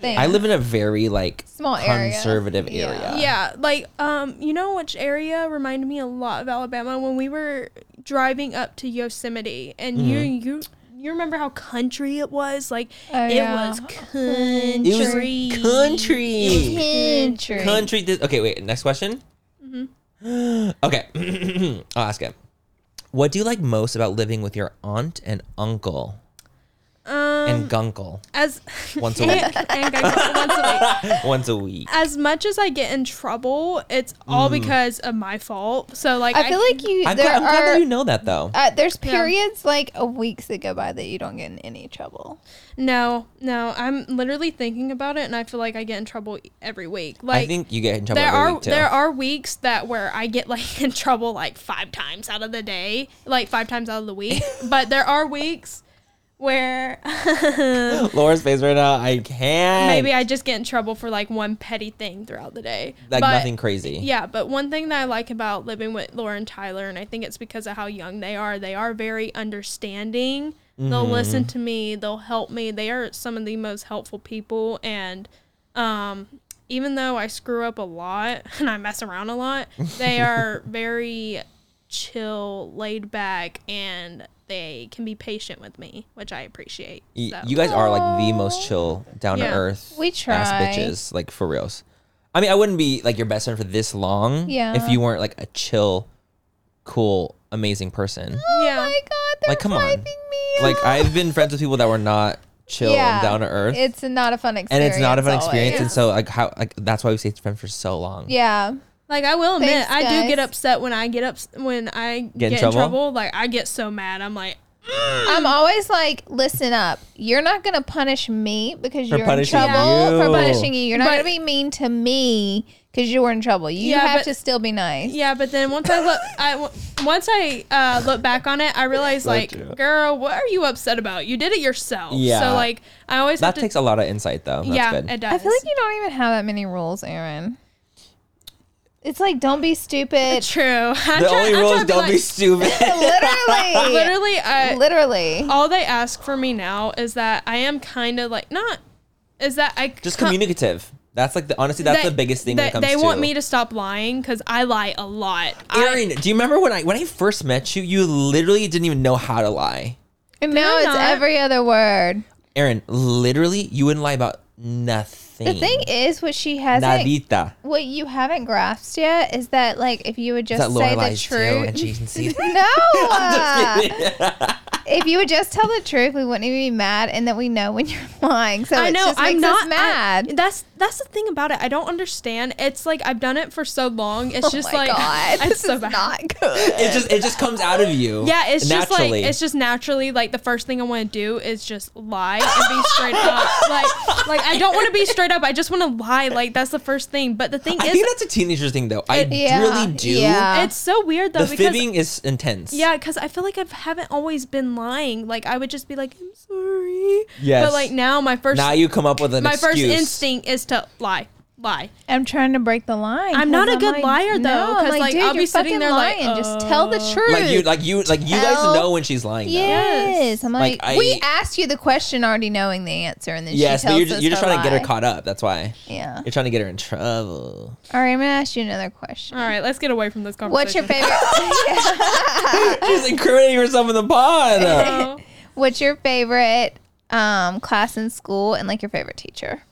thing.
I live in a very like
Small area.
conservative
Yeah.
area.
Yeah, like um, you know which area reminded me a lot of Alabama when we were driving up to Yosemite, and you
Mm-hmm.
you you remember how country it was? Like
Oh,
it
yeah.
was country.
It was country.
Country.
Country.
Mm-hmm.
This, okay, wait. Next question. Okay, I'll ask it. What do you like most about living with your aunt and uncle
Um,
and gunkle
as
once a week?
and, and guys, once a week.
once a week.
As much as I get in trouble, it's
Mm.
all because of my fault. So like,
I feel like you.
I'm,
there
glad, I'm glad
are
that you know that though.
uh, there's periods like a weeks that go by that you don't get in any trouble. Oh
no, no, I'm literally thinking about it, and I feel like I get in trouble e-, every week. Like.
I think you get in trouble
there
every
are
week too.
there are weeks that where I get like in trouble like five times out of the day, like five times out of the week. but there are weeks where
Laura's face right now. I can't.
maybe I just get in trouble for like one petty thing throughout the day.
like
But-
nothing crazy.
Yeah, but one thing that I like about living with Laura and Tyler, and I think it's because of how young they are, they are very understanding.
Mm-hmm.
They'll listen to me, they'll help me. They are some of the most helpful people. And um, even though I screw up a lot and I mess around a lot, they are very chill, laid back, and they can be patient with me, which I appreciate.
Y-
So. Oh.
You guys are like the most chill, down to
Yeah.
earth,
We
ass
try.
bitches, like for reals. I mean, I wouldn't be like your best friend for this long,
Yeah.
if you weren't like a chill, cool, amazing person.
yeah.
Oh my god, they're
Like, come on.
piping me.
Like
up.
I've been friends with people that were not chill
Yeah.
and down to earth,
it's not a fun experience.
and it's not a fun
always.
experience. And so like how like that's why we stayed friends for so long.
Yeah.
Like I will admit,
Thanks,
I do get
guys.
upset when I get up when I get, in,
trouble?
trouble? Like I get so mad. I'm like,
I'm always like, listen up. You're not gonna punish me because
For
you're in
punishing
trouble
you.
for punishing you. You're not
But-
gonna be mean to me because you were in trouble. You
Yeah,
have
but-
to still be nice.
yeah. But then once I look, I w- once I uh, look back on it, I realize like, girl, what are you upset about? You did it yourself.
Yeah.
So like, I always
That
have to.
takes a lot of insight though. That's
yeah,
good.
it does.
I feel like you don't even have that many rules, Aaron. It's like don't be stupid.
true. I
the
try-
only
I
rule
try
is
to be
don't be
like-
stupid.
literally, literally,
Literally, Oh, I,
literally.
all they ask for me now is that I am kind of like not. Is that I
Just
co-
communicative. That's like the honestly. That's
that-
the biggest thing
that
when it comes
they
to.
want me to stop lying because I lie a lot. I-
Erin, do you remember when I when I first met you? You literally didn't even know how to lie.
And now
I
it's
not?
every other word.
Erin, literally, you wouldn't lie about nothing.
The thing is, what she hasn't,
Nadita.
what you haven't grasped yet is that, like, if you would
Is that
just
Laura
say the
lies too,
truth.
and she can see that?
No,
I'm just kidding.
if you would just tell the truth, we wouldn't even be mad, and that we know when you're lying. So
I
it
know
just
I'm
makes
not
us
I-
mad.
that's that's the thing about it. I don't understand. It's like I've done it for so long. It's
oh
just
my
like
god,
it's
this
so
is
bad.
not good.
it just it just comes out of you.
yeah, it's just
naturally.
like it's just naturally like the first thing I want to do is just lie and be straight up. Like like I don't want to be straight up. I just want to lie. Like that's the first thing. But the thing
I
is,
think that's a teenager thing though. I
yeah,
really do.
yeah.
it's so weird though
The
because
fibbing is intense.
yeah, because I feel like I haven't always been lying. Like I would just be like I'm sorry.
Yes.
But like now my first
Now you come up with an
my
excuse.
first instinct is to lie. Lie.
I'm trying to break the line. 'cause
I'm not a good
like,
liar, though,
I'm
'cause, like,
dude,
I'll be
you're
sitting
fucking
there, like, oh.
lying. just tell the truth.
Like you like you like you guys
Tell-
know when she's lying. though.
Yes, I'm
Like,
like,
I-
we asked you the question already knowing the answer, and then
Yes,
she
but
tells
you're just,
us
you're just trying to get her
lie.
caught up. That's why.
Yeah.
You're trying to get her in trouble.
All right, I'm gonna ask you another question.
All right, let's get away from this conversation.
What's your favorite?
She's incriminating herself in the pod.
favorite?
What's your favorite um, class in school, and like your favorite teacher?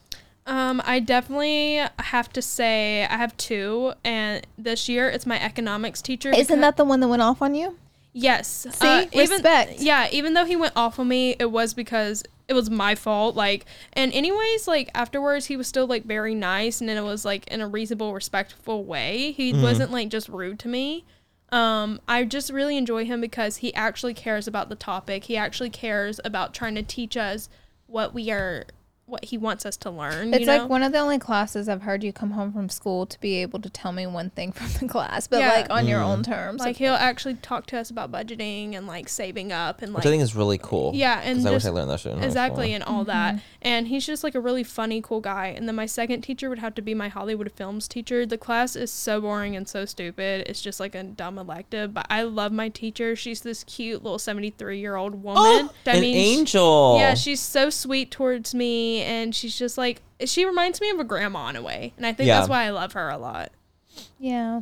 Um, I definitely have to say I have two, and this year it's my economics teacher.
Isn't
because-
that the one that went off on you?
yes? uh,
See? Respect.
Even, yeah, even though he went off on me, it was because it was my fault. Like, and anyways, like afterwards, he was still like very nice, and then it was like in a reasonable, respectful way. He wasn't like just rude to me. Um, I just really enjoy him because he actually cares about the topic. He actually cares about trying to teach us what we are, what he wants us to learn.
It's
you know?
like one of the only classes I've heard you come home from school to be able to tell me one thing from the class, but
Yeah.
like on your own terms.
like he'll actually talk to us about budgeting and like saving up and like
Which I think is really cool.
yeah and
'Cause I wish
just-
I learned that shit. in high
exactly and all that and he's just like a really funny cool guy and then my second teacher would have to be my hollywood films teacher the class is so boring and so stupid it's just like a dumb elective but i love my teacher she's this cute little 73 year old woman
An angel.
yeah she's so sweet towards me and she's just like she reminds me of a grandma in a way and i think
Yeah.
that's why i love her a lot
yeah.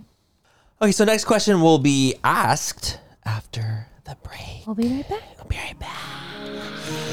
Okay, so next question will be asked after the break.
We'll be right back.
We'll be right back.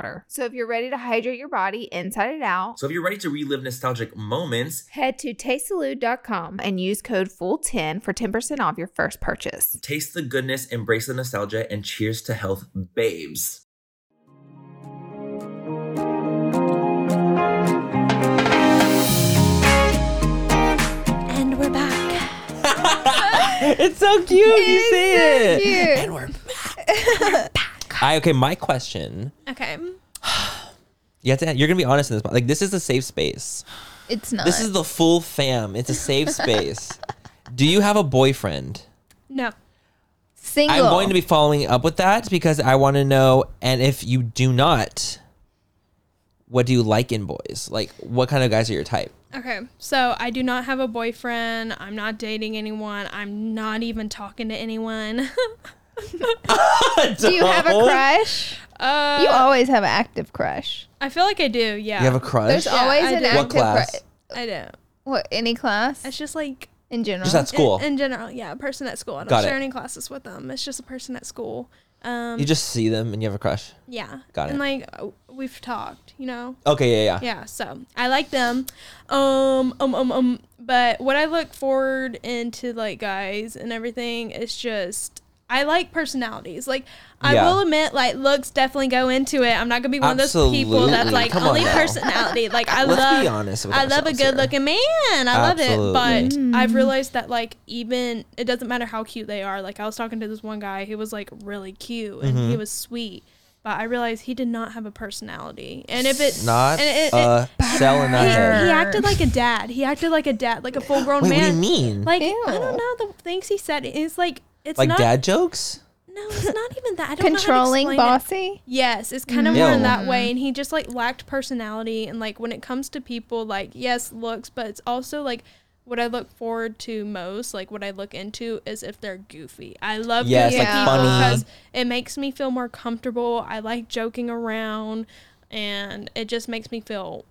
So if you're ready to hydrate your body inside and out,
So if you're ready to relive nostalgic moments,
head to tastesalud.com and use code FULL10 for 10% off your first purchase.
taste the goodness, embrace the nostalgia, and cheers to health, babes.
And we're back.
It's so cute. you see it.
Cute.
I okay. My question.
Okay.
You have to, you're gonna be honest in this. Like this is a safe space.
It's not.
This is the full fam. It's a safe space. Do you have a boyfriend?
No.
single.
I'm going to be following up with that because I want to know. And if you do not, what do you like in boys? Like what kind of guys are your type?
Okay. So I do not have a boyfriend. I'm not dating anyone. I'm not even talking to anyone.
Do you have a crush?
uh,
You always have an active crush.
I feel like I do. Yeah.
You have a crush?
There's always
I
an
do.
active
what class?
crush.
I do.
What any class
It's just like
in general?
Just at school.
In, in general, yeah, a person at school. I don't
Got
share
it.
any classes with them. It's just a person at school. Um,
you just see them and you have a crush.
yeah.
Got it.
And like uh, we've talked, you know.
Okay. Yeah. Yeah.
Yeah. So I like them. Um. Um. Um. Um. But what I look forward into like guys and everything is just. I like personalities. Like I
Yeah.
will admit, like looks definitely go into it. I'm not gonna be one of those people
Absolutely.
that's like
Come on
only
now.
personality. Like I
Let's
love
be honest with
I love a
ourselves
good
here.
looking man. I love it. But
Mm.
I've realized that like even it doesn't matter how cute they are. Like I was talking to this one guy, he was like really cute and
Mm-hmm.
he was sweet. But I realized he did not have a personality. And if it
Not
and it- it-
a cell in
he,
that head.
he acted like a dad. He acted like a dad, like a full grown
Wait,
man.
what do you mean?
Like
Ew.
I don't know the things he said. It's like it's
Like
not
dad jokes?
No, it's not even that. I don't
Controlling,
know how to explain it.
bossy.
Yes, it's kind of more in
Ew.
that
Mm-hmm.
way. And he just like lacked personality. And like when it comes to people, like, yes, looks, but it's also like what I look forward to most, like what I look into is if they're goofy. I love
Yes,
goofy
like
people
funny.
because it makes me feel more comfortable. I like joking around and it just makes me feel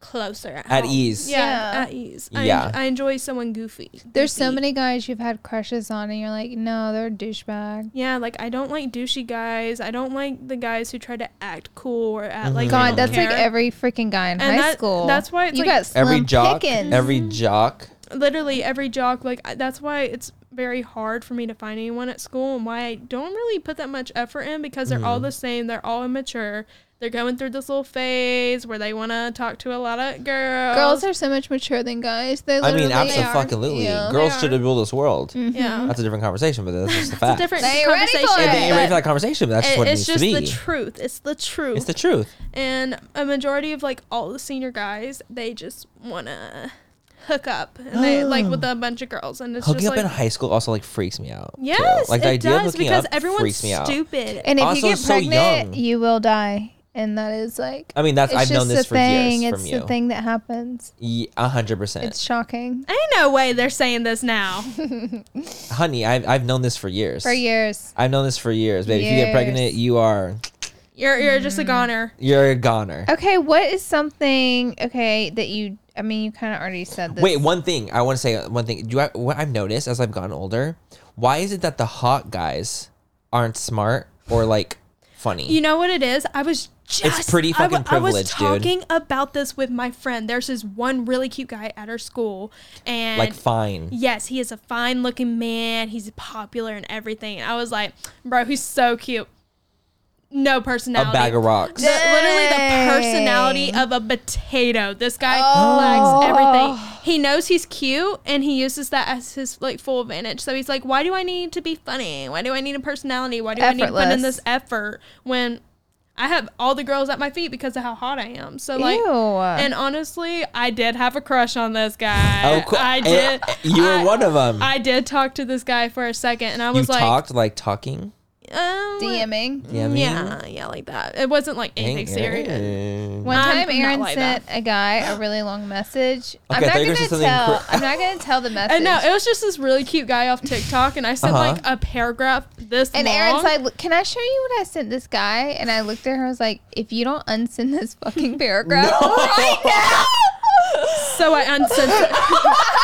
closer at,
At
home.
ease.
Oh, Yeah,
Yeah.
at ease. I,
Yeah.
I enjoy someone goofy.
There's so
Goofy.
many guys you've had crushes on, and you're like, no, they're a douchebag.
Yeah, like I don't like douchey guys. I don't like the guys who try to act cool or act
Mm-hmm.
like
God, that's
care.
like every freaking guy in
And
high
that-
school.
that's why it's
you
like-
got slim
Every jock,
pickings.
every jock.
literally every jock. Like I- that's why it's very hard for me to find anyone at school and why I don't really put that much effort in because they're
Mm-hmm.
all the same. They're all immature. They're going through this little phase where they want to talk to a lot of girls.
Girls are so much mature than guys. They
I mean,
literally are.
absolutely.
Yeah.
Girls
They
should have ruled this world.
yeah.
That's a different conversation, but that's just a fact.
It's a different
They ain't ready for
conversation.
it.
And they Mm-hmm. ain't ready
but
for that conversation, but that's
it-
what it
it's
needs to be.
just the truth. It's the truth.
It's the truth.
and a majority of like all the senior guys, they just wanna hook up and they like with a bunch of girls and it's
Hooking
just
Oh. up
like
in high school also like freaks me out. too.
yes,
like the
it
idea
does
of hooking
because
up
everyone's
freaks me out.
stupid.
And if
Also,
you get
so
pregnant,
young.
you will die, and that is like.
I mean, that's
it's
I've known
just
this
a
for
thing.
years
it's
from you.
the thing that happens.
Ye- A hundred percent,
It's shocking.
Ain't no way they're saying this now.
honey. I've I've known this for years.
For years,
I've known this for years, baby. If you get pregnant,
Years.
you are
You're you're
Mm.
just a goner.
you're a goner.
Okay, what is something okay that you? I mean, you kind of already said this.
Wait, one thing I want to say. One thing. Do I, what I've noticed as I've gotten older? Why is it that the hot guys aren't smart or like funny?
You know what it is? I was just
pretty
I
fucking
I was
privilege, dude.
talking about this with my friend. There's this one really cute guy at our school and
like fine.
Yes, he is a fine looking man. He's popular and everything. And I was like, bro, he's so cute. No personality.
A bag of rocks.
The- literally the personality of a potato. This guy
Oh.
lacks everything. He knows he's cute and he uses that as his like full advantage. So he's like, why do I need to be funny? Why do I need a personality? Why do I need to put in
Effortless.
this effort when I have all the girls at my feet because of how hot I am. So like,
Ew.
and honestly, I did have a crush on this guy.
Oh, cool.
I did.
You were
I-
one of them.
I did talk to this guy for a second, and I
you
was like,
talked like talking.
um,
DMing.
Yeah, I mean,
yeah, yeah, like that. It wasn't like anything serious.
serious.
One
I'm
time,
not
Aaron
like that.
sent a guy a really long message.
Okay,
I'm
I
not
thought you were
gonna
gonna say something
tell.
cr-
I'm not gonna tell the message.
And no, it was just this really cute guy off TikTok, and I sent
Uh-huh.
like a paragraph this
and
long.
Aaron's like, "Look, "Can I show you what I sent this guy?" And I looked at her. I was like, "If you don't unsend this fucking paragraph right now,
so I unsent it.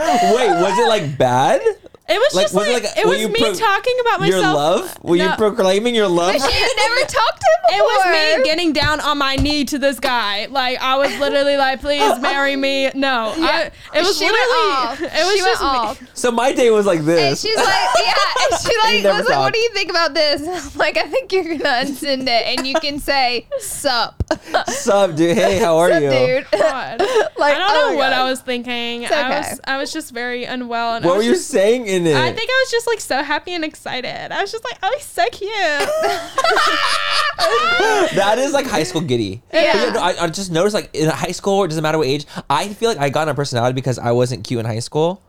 Wait, was it like bad?
It was
Like,
just
was
like,
it
it,
like a- were
was
you
me
pro-
talking about myself.
Your love? Were you
No,
proclaiming your love?
you never talked to him
It
before."
was me getting down on my knee to this guy. Like I was literally like, "Please marry me." No, I, it was
She went
literally.
off.
It was
she
just
went
me.
off.
so my day was like
And
this.
she's like, yeah. And she like
never
was like, "What
talked.
do you think about this?" And I'm like, "I think you're gonna unsend it, and you can say sup,
Sup, dude? Hey, how are
sup,
you?
dude."
God.
Like,
I don't
oh
know
my
what
God.
I was thinking.
okay.
I was I was just very unwell. And I
What were
was
you
just-
saying in it?
I think I was just like so happy and excited. I was just like, oh, he's so cute.
that is like high school giddy. Yeah. I, I just noticed like in high school, it doesn't matter what age. I feel like I got on personality because I wasn't cute in high school.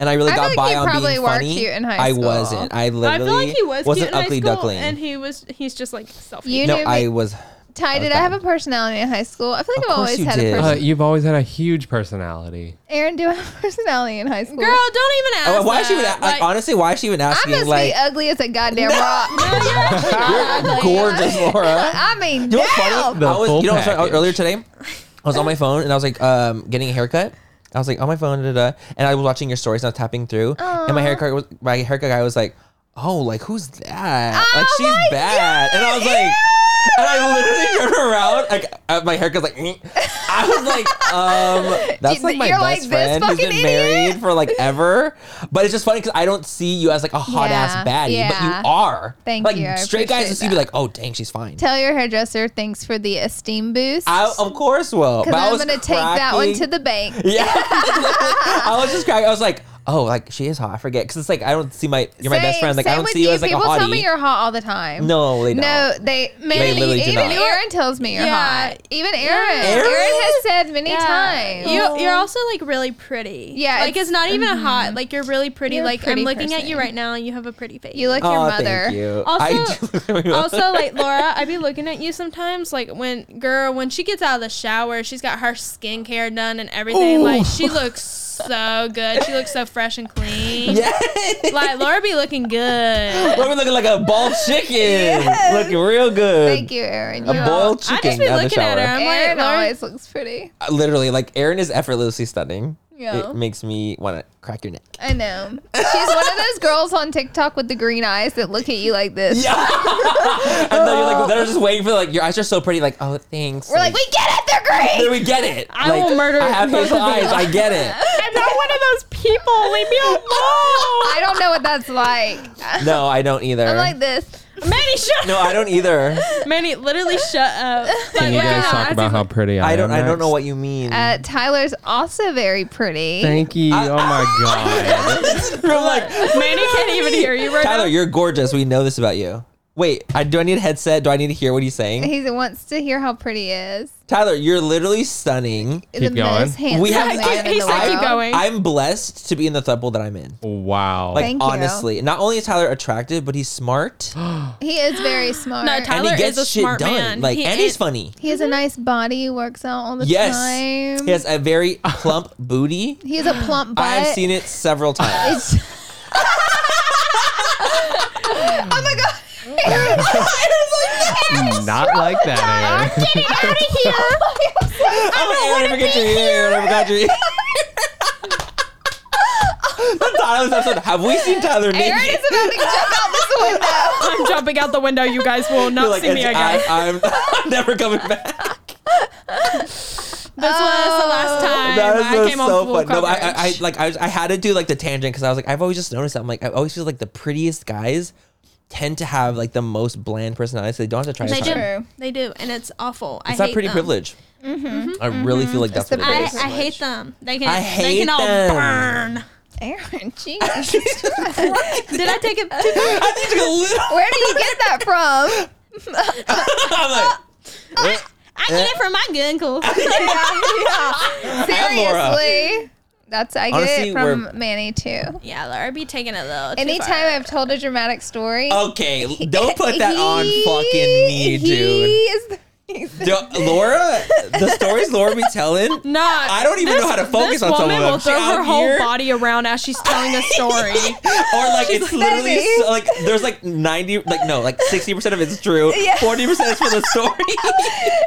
And I really
I
got
feel like
by
you
on
probably
being
were
funny.
cute in high
I
school.
wasn't. I literally
I feel like he was,
was an
cute in high
ugly
school,
duckling.
and he was he's just like self.
You
no,
knew
I
me.
was.
Ty, did I have a personality in high school? I feel like
Of
I've
course
always
you
had a
did.
Uh,
personality.
you've always had a huge personality.
Aaron, do I have a personality in high school?
Uh, Girl, don't even ask.
Oh, why is she even
that.
like, honestly? Why is she even
I
asking?
must
like,
be ugly as a goddamn rock.
you're gorgeous, Laura.
I mean,
You know what's
damn.
funny?
The
I was,
full
you know, what's funny?
package.
earlier today, I was on my phone and I was like, um, getting a haircut. I was like on my phone, da, da, da, and I was watching your stories and I was tapping through, and my haircut was my haircut guy was like, "Oh, like who's that? like
Oh
she's bad," and I was like. And I literally turned around, like uh, my haircut's like. "Mm." I was like, um, that's like my
You're
best
like, "This
friend who's
fucking
been married for like ever. But it's just funny because I don't see you as like a hot ass
Yeah,
baddie,
yeah.
but you are.
Thank
like,
you, I
straight guys
appreciate
will see you be like, oh dang, she's fine.
Tell your hairdresser thanks for the esteem boost.
I of course will.
Because
But I
I'm
was
going to take that one to
cracking-
the bank.
Yeah, I was just cracking. I was like, oh, like she is hot. I forget because it's like I don't see my you're my best
Same-
friend. Like I
same
don't
with
see you as like
People
a hottie.
tell me you're hot all the time.
no, they don't.
No, they maybe
literally do
even
not.
Aaron tells me you're
Yeah.
hot. Even Aaron. Aaron,
Aaron?
has said many times.
You, you're also like really pretty.
Yeah,
like it's,
it's- mm-hmm.
not even a hot. Like you're really pretty.
You're a
like
pretty
I'm looking at you
person.
right now, and you have a pretty face.
You look your
oh,
mother.
thank you.
Also-
I do.
also like Laura, I be looking at you sometimes. Like when girl, when she gets out of the shower, she's got her skincare done and everything. Like she looks so good. She looks so fresh and clean.
Yeah.
Like Laura be looking good.
Well, we're looking like a bald chicken. Looking real good.
Thank you, Aaron.
A
You
boiled
I
chicken
just be
out of the
looking
shower.
at her. I'm like,
Aaron
Laura,
always looks pretty.
Uh, Literally, like Erin is effortlessly stunning.
Yeah.
It makes me want to crack your neck.
I know. She's one of those girls on TikTok with the green eyes that look at you like this.
Yeah. and then you're like, they're just waiting for like your eyes are so pretty. Like, oh, thanks.
We're like, we get it. They're great.
Then we get it.
I
Like,
will murder
I have
both
his
of you.
eyes. I get it.
I'm not one of those people. Leave me alone.
I don't know what that's like.
No, I don't either.
I'm like this.
Manny, shut
no, I don't either.
Manny, literally shut up.
Can you guys talk about how pretty I,
I don't.
am
I don't know
next?
what you mean.
Uh, Tyler's also very pretty.
Thank you. oh my god.
You're like,
Manny can't even hear you right
Tyler,
now.
you're gorgeous. We know this about you. Wait, I, do I need a headset? Do I need to hear what he's saying?
he wants to hear how pretty he is.
Tyler, you're literally stunning.
the
Keep going.
most handsome
We have-
man in
He
the
said keep
world.
going.
I'm blessed to be in the throuple that I'm in.
wow.
Like
Thank you.
honestly, not only is Tyler attractive, but he's smart
He is very smart.
No, Tyler
and he gets
is a
shit
smart
done.
man.
Like,
He
and he's
is-
funny.
he has a nice body. He works out all the
Yes,
time.
he has a very plump booty.
He has a plump butt.
I've seen it several times.
It's- oh my god.
Not like that, Aaron.
Get out of here.
oh, Aaron, I forget your ear. I forgot your ear. That's Tyler's episode. Have we seen Tyler naked?
Aaron is about to jump out this window.
I'm jumping out the window. You guys will not
You're like,
see me
it's-
again.
I, I'm, I'm never coming back.
this was the last time
That
I
was
came
so
on full
fun. No, but I, I, I
coverage.
like I, was, I had to do like the tangent because I was like I've always just noticed that. I'm like I always feel like the prettiest guys tend to have like the most bland personalities. They don't have to try
They
as hard.
do. They do, and it's awful. I
It's
hate
not pretty
them. Mm-hmm.
privilege. I really feel like that's
the
what it
I,
is.
I hate them. They can.
I
they
hate
can all
them.
burn.
Aaron, jeez.
Did I take it? Too
I think it's a little.
Where do you get that from?
I'm like,
I get it from my gunkle.
Laura.
Seriously. That's I get
Honestly,
it from
we're-
Manny too.
yeah, Laura be taking it though.
Anytime I've told a dramatic
Oh,
story,
okay, don't put that on
he-
fucking me,
he
dude.
is the reason.
Do- Laura, the stories Laura be telling.
No,
I don't even know how to focus
this
on some of
woman
them.
will
She
throw her
out
whole
here-
body around as she's telling a story.
or like it's literally
"Baby."
so, like there's like 90 like no like 60% of it's true 40% is for the story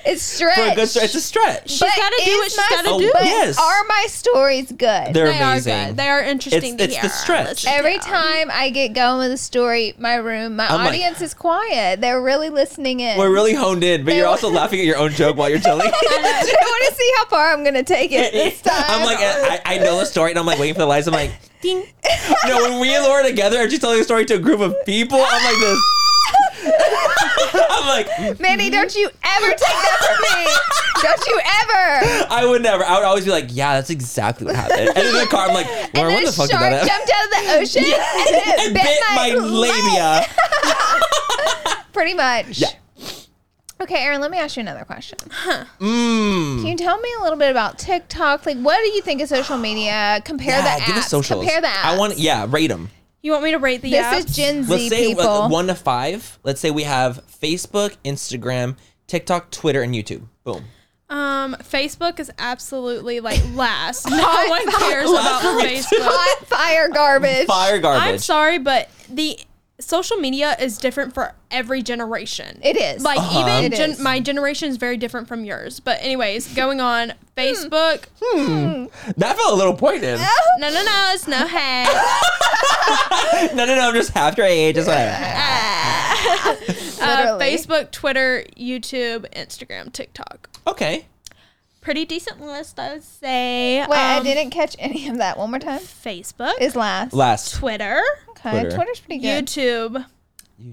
It's stretch.
for a good story it's a stretch
But
gotta do
is
what she's
my-
gotta
Oh,
do.
But
yes.
are my stories good?
they're
they are
amazing
good. They are interesting
It's-
to
it's the
hear.
stretch.
Let's-
Every
yeah.
time I get going with a story, my room, my
I'm like-
audience is quiet. They're really listening in.
we're really honed in but you're also laughing at your own joke while you're telling it.
I want to see how far I'm gonna take it this time.
I'm like uh, I, I know the story and I'm like waiting for the lights I'm like ding no when we and Laura together and she's telling the story to a group of people I'm like this I'm like
Manny, don't you ever take that from me. Don't you ever.
I would never I would always be like yeah that's exactly what happened and in the car I'm like Laura
And
what
then
the
a
fuck
shark
did that happen
jumped out of the ocean and,
and bit my labia
Pretty much.
Yeah.
Okay, Aaron, let me ask you another question.
Mm.
Can you tell me a little bit about TikTok? Like, what do you think of social media? Compare the apps.
give us socials.
Compare the apps.
I want yeah, rate them.
You want me to rate the
This
apps?
is Gen Z
Let's say
people.
uh, one to five. Let's say we have Facebook, Instagram, TikTok, Twitter, and YouTube. Boom.
Um, Facebook is absolutely like last. no one cares about Facebook.
Hot fire garbage.
Fire
I'm
garbage.
sorry, but the social media is different for every generation.
It is.
Like even
It is.
gen- my generation is very different from yours. But anyways, going
Hmm.
on Facebook.
that felt a little pointed.
No, no, no, it's no hey.
no, no, no. I'm just half your age. It's whatever.
Uh,
Literally.
Facebook, Twitter, YouTube, Instagram, TikTok.
Okay.
Pretty decent list, I would say.
Wait, I
Um,
didn't catch any of that. One more time.
Facebook,
Is last.
Last.
Twitter,
okay,
Twitter.
Twitter's pretty good.
YouTube,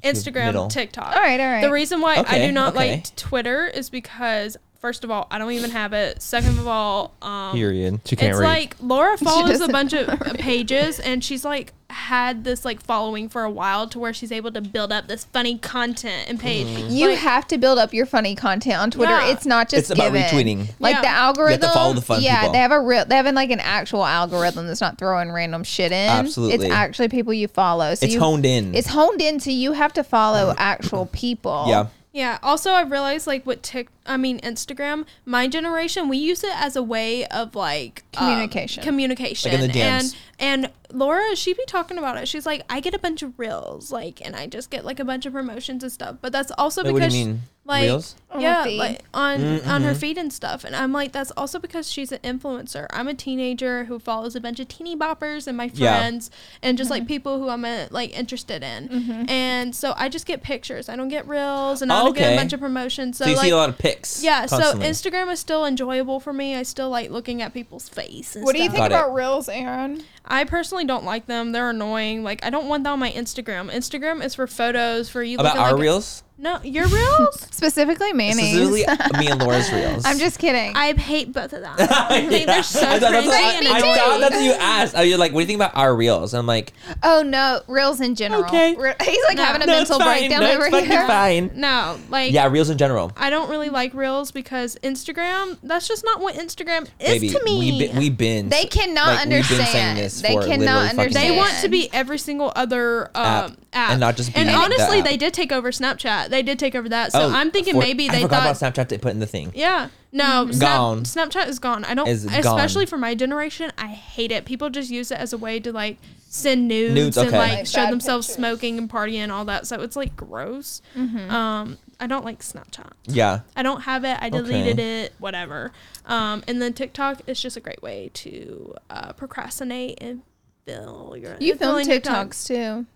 Instagram,
middle.
TikTok.
All right, all right.
The reason why I
Okay,
do not
okay.
like Twitter is because, first of all, I don't even have it. Second of all, um,
Period.
She can't
it's
read.
like Laura follows a
doesn't
bunch of pages, and she's like had this like following for a while to where she's able to build up this funny content and page.
You
Like,
have to build up your funny content on Twitter.
Yeah.
It's not
It's
just
about
given.
retweeting.
Like
Yeah.
the
You have
algorithm.
follow the fun
yeah,
people.
they have a real. They have like an actual algorithm that's not throwing random shit in.
Absolutely.
it's actually people you follow. So
It's
you,
honed in.
It's honed in, so you have to follow actual people.
yeah.
Yeah. Also, I realized like with Tik, I mean Instagram, my generation, we use it as a way of like
Communication.
communication
Like in the DMs.
and and Laura she be talking about it she's like I get a bunch of reels like and I just get like a bunch of promotions and stuff but that's also
Wait, what do you
because
mean?
like
Reels? Mm, mm-hmm.
On her
yeah
feed.
like on on her feed and stuff and I'm like that's also because she's an influencer I'm a teenager who follows a bunch of teeny boppers and my
Yeah.
friends and
Mm-hmm.
just like people who I'm uh, like interested in and so I just get pictures I don't get reels and I don't get
Okay.
a bunch of promotions so,
So, you
like
see a lot of pics.
yeah,
constantly.
so Instagram is still enjoyable for me. I still like looking at people's face. And
What do you
stuff.
think
Got it.
about reels, Aaron?
I personally don't like them. They're annoying. Like I don't want that on my Instagram. Instagram is for photos for you.
about
looking
our
like a-
reels,
no, your reels.
Specifically mayonnaise.
specifically me and Laura's reels.
I'm just kidding.
I hate both of them. I think
Yeah.
they're so
I thought that's
cringy
what,
and
I, I
annoying.
thought that's what you asked. Oh, you're like, what do you think about our reels? I'm like,
oh no, reels in general.
Okay.
Re- He's like
No.
having a
no, it's
mental
fine.
breakdown
No, it's
over
fucking
here.
fine.
No, like
Yeah, reels in general.
I don't really like reels because Instagram. That's just not what Instagram is
Baby,
to me.
we bi- we binge.
They cannot
Like, we've been saying
understand.
this
They
for
cannot
literally fucking
understand.
They
years.
want to be every single other um,
App.
app.
And not just be
And
the
honestly,
app.
they did take over Snapchat. They did take over that. So
Oh,
I'm thinking
for-
maybe
I
they
forgot
thought.
about Snapchat to put in the thing.
yeah.
Mm-hmm.
No, Snap-
Gone.
Snapchat is gone. I don't,
Is gone.
especially for my generation, I hate it. People just use it as a way to like send nudes,
Nudes,
and
okay.
like,
Like
show
bad
themselves
pictures. Mm-hmm.
smoking and partying and all that. So it's like gross. Um, I don't like Snapchat.
Yeah.
I don't have it. I deleted it. Whatever. Um, and then TikTok is just a great way to uh, procrastinate and fill your.
You
fill
film
in your time.
TikToks too.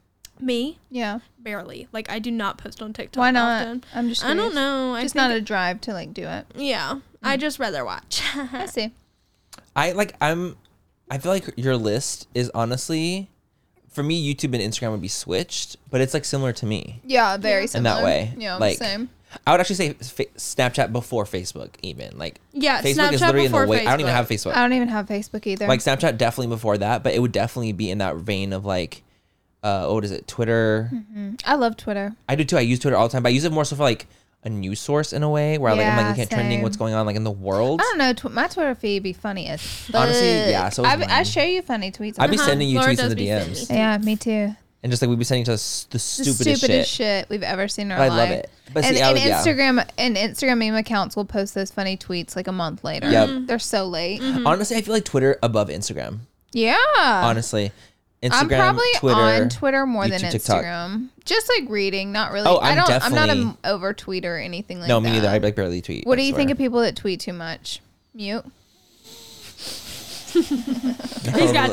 Me
Yeah.
barely. Like I do not post on TikTok.
Why not?
Often.
I'm just
I don't
curious.
know. I
Just Mm.
just
not a drive to like do it.
yeah. I just rather watch.
I see.
I like I'm I feel like your list is honestly for me YouTube and Instagram would be switched, but it's like similar to me.
Yeah, very
In
similar.
that way.
Yeah,
like,
same.
I would actually say fa- Snapchat before Facebook even. Like
Yeah,
Facebook is
Snapchat
literally in the
before
way I don't even
Facebook.
have Facebook.
I don't even have Facebook either.
like Snapchat definitely before that, but it would definitely be in that vein of like uh what is it? Twitter.
Hmm. I love Twitter.
I do too. I use Twitter all the time, but I use it more so for like a news source in a way where I like I'm like
Yeah,
looking at trending
same.
what's going on like in the world.
I don't know. Tw- my Twitter feed be funny as fuck.
Honestly, yeah, so is
I, be- I
mine.
show you funny tweets.
I'd be
Uh-huh.
sending you
Laura
tweets in
does
the
be
DMs.
sending.
yeah, me too.
And just like we'd be sending each other s- the
The
stupidest,
stupidest,
shit.
shit we've ever seen in our
I
life.
love it. But
and
see, I
and
would- yeah.
Instagram and Instagram meme accounts will post those funny tweets like a month later.
Yep. Mm-hmm.
They're so late.
Mm-hmm.
Honestly, I feel like Twitter above Instagram.
Yeah.
Honestly, Instagram,
Uh, I'm probably
Twitter,
on Twitter more than
YouTube, TikTok.
Instagram. Just like reading, not really.
Oh,
I
I'm
don't. I'm not
definitely-
an over tweeter or anything like
No,
that.
me neither. I like barely tweet.
What
I
do you
swear.
think of people that tweet too much? Mute.
He's gotta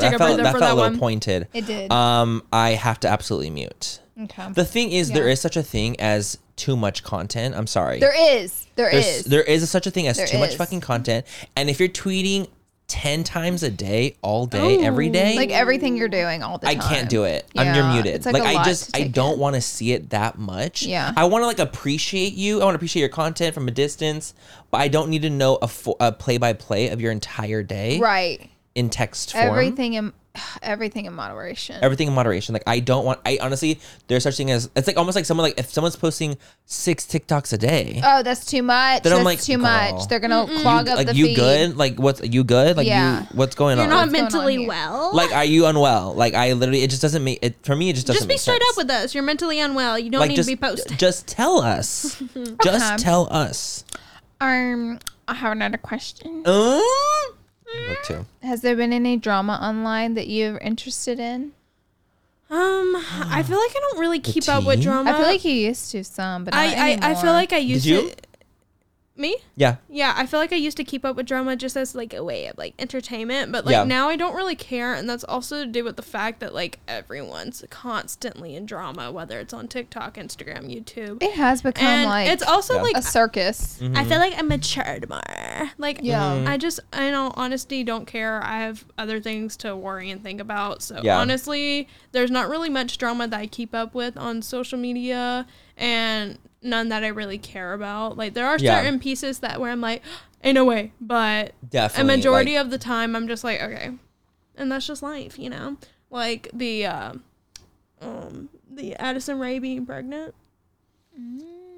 That
take a
felt-
breather
that
for
felt a little
that one.
pointed.
It did.
Um, I have to absolutely mute.
okay.
The thing is, there is such a thing as too much content. I'm sorry.
there is. There
There's-
is.
there is such a thing as
There
too much
is.
fucking content, and if you're tweeting ten times a day, all day, every day,
like everything you're doing all the
I
time.
can't do it. I'm you're
Yeah,
muted.
it's like
like
a
I
lot
just
to
I
take
don't
in.
want to see it that much.
Yeah.
I want to like appreciate you. I want to appreciate your content from a distance, but I don't need to know a fo- a play by play of your entire day
Right.
in text form.
Everything in everything in moderation.
Everything in moderation. Like I don't want. I honestly, there's such thing as it's like almost like someone like if someone's posting six TikToks a day.
oh, that's too much.
Then
That's
I'm like,
too
girl.
much. They're gonna clog up
like
the
you
feed.
good? Like what's you good? Like
Yeah.
you what's going
You're
on?
not
going on
mentally
here?
well.
like are you unwell? Like I literally, it just doesn't make it for me. It just doesn't
just be
make
straight
sense.
up with us. You're mentally unwell. You don't need
just
to be posting.
just tell us. just tell us.
Um, I have another question.
Um, Look too.
Has there been any drama online that you're interested in?
um, I feel like I don't really keep up with
tea?
drama.
I feel like you used to some, but not
I, I, I feel
anymore.
like I used
you?
to. Me?
Yeah.
Yeah, I feel like I used to keep up with drama just as like a way of like entertainment, but like
Yeah.
now I don't really care, and that's also to do with the fact that like everyone's constantly in drama, whether it's on TikTok, Instagram, YouTube,
it has become
and
like
it's also
Yeah.
like
a circus.
Mm,
I feel
Mm-hmm.
like I matured more. Like,
Yeah.
I just, I know, honesty, don't care. I have other things to worry and think about. So,
Yeah.
honestly, there's not really much drama that I keep up with on social media and none that I really care about. Like, there are
Yeah.
certain pieces that where I'm like, ain't no way. But
Definitely,
a majority
like-
of the time, I'm just like, okay. And that's just life, you know? Like, the, uh, um, the Addison Ray being pregnant.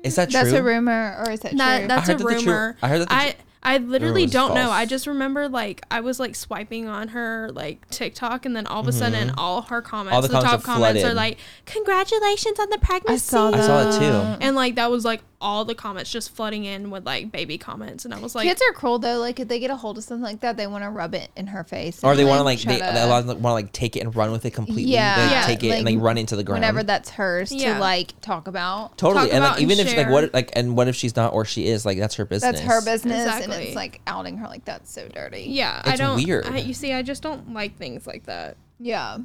Is that true?
That's a rumor, or is that, true?
That, that's
heard
a
that the tru-
rumor.
I heard that the
I, I literally
was
don't know.
false.
I just remember like I was like swiping on her like TikTok, and then all of a sudden, all her comments,
Mm-hmm. All the
the,
comments
top
are
comments, are
flooded.
like, "Congratulations on the pregnancy,"
I saw it too.
and like that was like all the comments just flooding in with like baby comments, and I was like,
Kids are cruel though. Like if they get a hold of something like that, they want to rub it in her face.
Or
and
they want to
then
like they,
try to-
they want to like take it and run with it completely.
Yeah.
they
Yeah,
take it and
like,
they run into the ground.
whenever that's hers
Yeah.
to like talk about.
totally,
talk
and
about
like
and
even if like
share.
what like and what if she's not or she is like that's her business.
That's her business, and
Exactly.
it's like outing her like that's so dirty.
yeah, I
It's
don't.
weird.
I, you see, I just don't like things like that.
Yeah,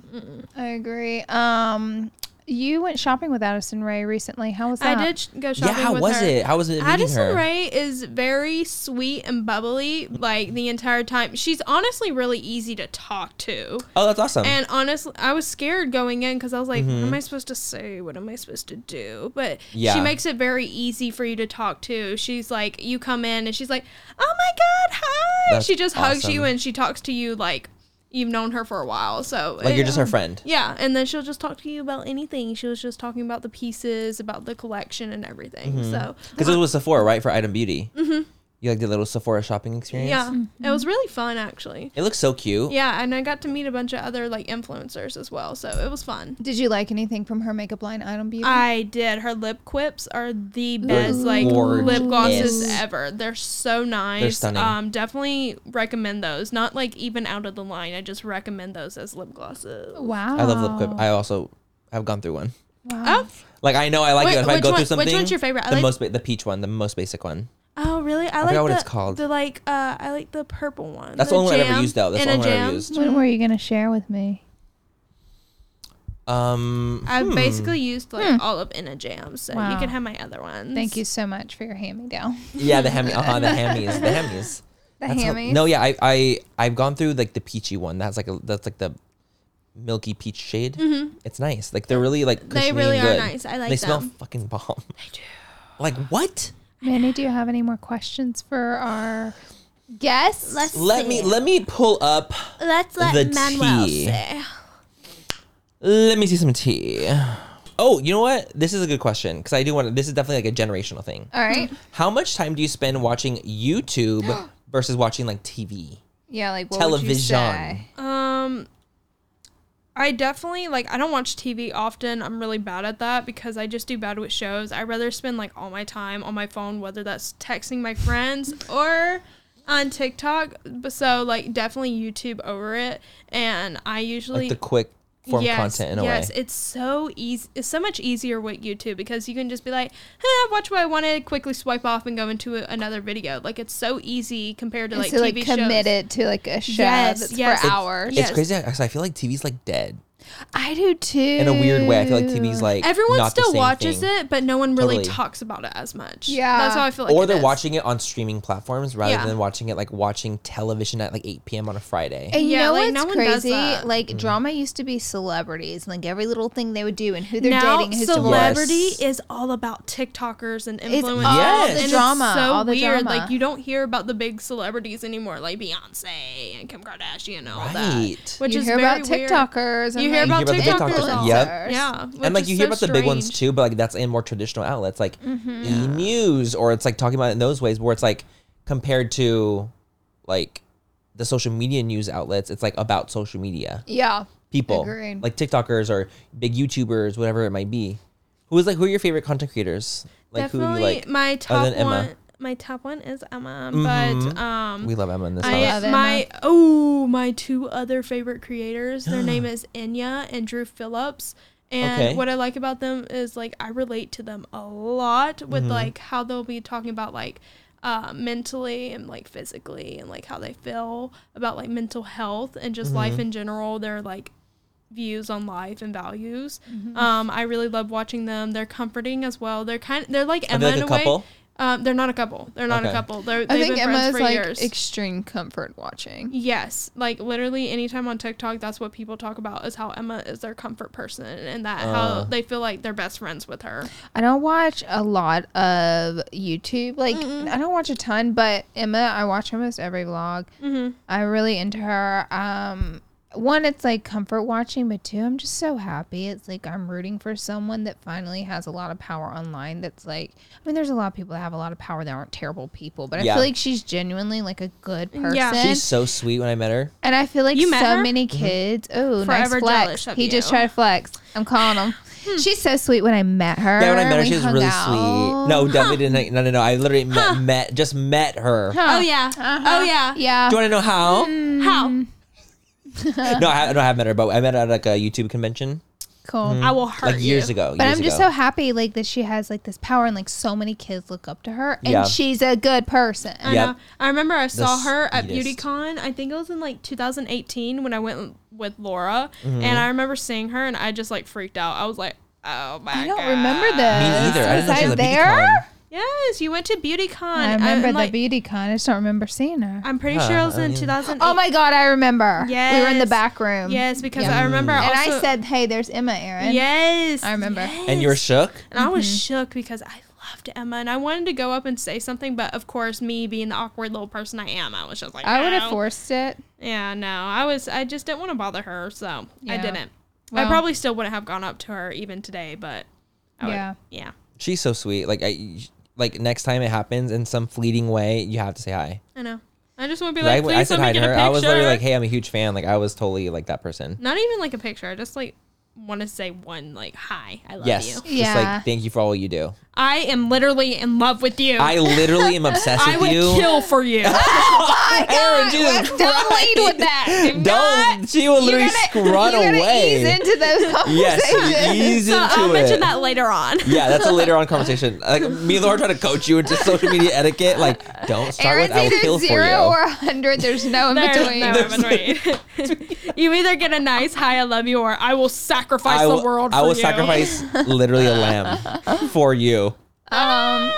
I agree. Um, you went shopping with Addison Ray recently. How was that?
I did sh- go
Yeah,
shopping.
how
with
was
her.
it? How was it meeting
Addison
her?
Ray is very sweet and bubbly, like the entire time. She's honestly really easy to talk to.
Oh, that's awesome.
And honestly, I was scared going in because I was like, what am I supposed to say? What am I supposed to do? But
Mm-hmm. Yeah.
she makes it very easy for you to talk to. She's like, you come in and she's like, oh my God, hi.
That's
she just hugs you
awesome.
and she talks to you like you've known her for a while. So
like
it-
you're just her friend.
yeah, and then she'll just talk to you about anything. She was just talking about the pieces, about the collection, and everything.
Mm-hmm.
So
Because it was Sephora, right? For Item Beauty. Mm-hmm. You like the little Sephora shopping experience?
yeah, it was really fun actually.
It looks so cute.
Yeah, and I got to meet a bunch of other like influencers as well, so it was fun.
Did you like anything from her makeup line, Item Beauty?
I did. Her lip quips are the best, like
gorgeous.
lip glosses ever. They're so nice.
stunning.
Um, definitely recommend those. Not like even out of the line. I just recommend those as lip glosses.
wow.
I love lip quip. I also have gone through one.
Oh,
Like I know I like
Wait,
it. If I
which
go
one-
through
which
something,
one's your favorite? I
The
like-
most, ba- the peach one, the most basic one.
oh, really? I, like
forgot what
the,
it's called.
The like, uh, I like the purple one.
That's the, only one I ever used though. That's the only one I ever used.
Mm-hmm.
When were you gonna share with me?
Um,
I basically used like all of in a jam, so you can have my other ones.
Thank you so much for your hand me down.
yeah, the hammy. Uh-huh, the hammies. The hammies.
The
That's how-
hammy.
no, yeah, I, I I've gone through like the peachy one. That's like a, that's like the milky peach shade. It's nice. Like they're really like
Mm-hmm. They
cushiony and
really are
good.
nice. I like
They smell
them.
fucking bomb. They do. Like what?
Manny, do you have any more questions for our guests?
Let me let me pull up.
Let's
let the Manuel tea. say. Let me see some tea. Oh, you know what? This is a good question because I do want to. This is definitely like a generational thing.
All right.
How much time do you spend watching YouTube versus watching like TV,
Yeah, like what Would you
television?
say?
Um, I definitely like. I don't watch TV often. I'm really bad at that because I just do bad with shows. I rather spend like all my time on my phone, whether that's texting my friends or on TikTok. But so like definitely YouTube over it. And I usually
Like the quick form content in a
yes,
way.
it's so easy. It's so much easier with YouTube because you can just be like, huh, watch what I wanted, quickly swipe off and go into a, another video. Like it's so easy compared to like
so like
TV shows.
committed to like a show
Yes,
that's
yes.
for
It's-
hours.
It's crazy. Because I feel like TV's like dead
I do too.
in a weird way. I feel like TV's like
Everyone
not the
still
same
watches
thing.
it, but no one really
Totally.
talks about it as much.
Yeah.
that's how I feel. Like
or
it
they're
is.
watching it on streaming platforms rather
Yeah.
than watching it like watching television at like 8 p.m. on a Friday.
And you
Yeah,
know
like, no
what's
one does
crazy?
that.
Hmm.
Like drama used to be celebrities, and like every little thing they would do, and who they're
Now
dating, and who's divorced.
celebrity
Yes.
is all about TikTokers and influencers.
It's all
Yes. the
and
drama,
It's so
all the
weird.
drama.
Like you don't hear about the big celebrities anymore, like Beyonce and Kim Kardashian and all
Right.
that. Which
you
is
hear
very
about
weird.
TikTokers.
You hear
and, like,
about
You hear about the
TikTokers.
TikTokers,
all.
yep.
Yeah. which
and like
is
you hear
so
about the big ones
strange. Mm-hmm.
too, but like that's in more traditional outlets like E News or it's like talking about it in those ways where it's like compared to like the social media news outlets, it's like about social media
Yeah.
people
Agreed.
like TikTokers or big YouTubers, whatever it might be. Who is like who are your favorite content creators? Like who
Definitely
you like?
my
other
top
than Emma? Mm-hmm.
one. My top one is Emma, but um,
we love Emma in this
I,
house.
Emma.
my oh my two other favorite creators their name is enya and drew phillips and
Okay.
what i like about them is like i relate to them a lot with
Mm-hmm.
like how they'll be talking about like uh, mentally and like physically and like how they feel about like mental health and just
Mm-hmm.
life in general they're like views on life and values.
Mm-hmm.
Um, I really love watching them. They're comforting as well. They're kind they're like
Are
Emma
they like
in
a
a, way.
couple?
Um, they're not a couple. They're not
Okay.
a couple. They're, they've
I think
been
Emma
friends
is
for
like
years.
extreme comfort watching.
yes, like literally anytime on TikTok, that's what people talk about is how Emma is their comfort person and that
Uh.
how they feel like they're best friends with her.
I don't watch a lot of YouTube. Like I don't watch a ton, but Emma, I watch almost every vlog. I really into her. Um, one, it's like comfort watching, but two, I'm just so happy. It's like I'm rooting for someone that finally has a lot of power online. That's like, I mean, there's a lot of people that have a lot of power that aren't terrible people, but I
Yeah.
feel like she's genuinely like a good person.
Yeah.
She's so sweet when I met her.
And I feel like
You met
so
her?
Mm-hmm.
many kids. Oh, nice
Forever
flex.
jealous of
He just
you. Hmm.
tried to flex. I'm calling him. She's so sweet when I met her.
Yeah, when I met her,
we
she was
hung
really
out.
sweet. No, definitely didn't. No, no, no. I literally met, met just met her.
Oh yeah. Oh yeah.
Yeah.
Do you want to know how?
Uh-huh.
How?
No, I, ha- no, I have met her, but I met her at like a YouTube convention
Cool.
I will hurt
like years
you.
ago. Mm-hmm.
But
years
I'm just
ago.
so happy like that she has like this power and like so many kids look up to her and
Yeah.
she's a good person.
I
Yep.
know. I remember I saw her at
sweetest.
BeautyCon. I think it was in like 2018 when I went with Laura,
Mm-hmm.
and I remember seeing her, and I just like freaked out. I was like, "Oh my god!"
I don't remember this.
Me neither. I didn't know she was
Was I
a
there?
BeautyCon.
Yes, you went to BeautyCon.
I remember
I'm, like,
the BeautyCon. I just don't remember seeing her.
I'm pretty sure it was in 2008.
Oh my god, I remember. We were in the
Yes.
back room.
Yes, because I remember.
And
also,
I said, "Hey, there's Emma, Aaron."
yes,
I remember. Mm-hmm.
And you were
yes.
shook.
And I was shook because I loved Emma and I wanted to go up and say something, but of course, me being the awkward little person I am, I was just like,
I would
"No."
have forced it.
Yeah, no, I was, I just didn't want to bother her, so I
Yeah.
didn't. I
Well-
probably still wouldn't have gone up to her even today, but I
Yeah.
would, yeah,
She's so sweet. Like I, like next time it happens in some fleeting way, you have to say hi.
I know. I just want to be
'Cause
like,
I, I
please
said
let me
hi to
get a
her.
picture.
I was literally like, hey, I'm a huge fan. Like I was totally like that person.
not even like a picture. I just like want to say one like, hi, I love
Yes.
you.
Just
Yeah.
like thank you for all you do.
I am literally in love with you.
I literally am obsessed
I
with
would
you.
kill for you.
Aaron, Jesus
Don't lead with that. Do not-
Don't. She will
You
literally
gotta-
run
you gotta
away.
Ease into those conversations.
yes, you ease into
I'll
it.
mention that later on.
Yeah, that's a later on conversation. Like me and Laura try to coach you into social media etiquette. Like, don't start
Aaron's
with "I will
either
kill for you."
zero or a hundred. There's no in
There's
between.
no in between. you either get a nice hi, I love you, or I will sacrifice
I will,
the world for
I will
you.
sacrifice literally a lamb for you.
Um,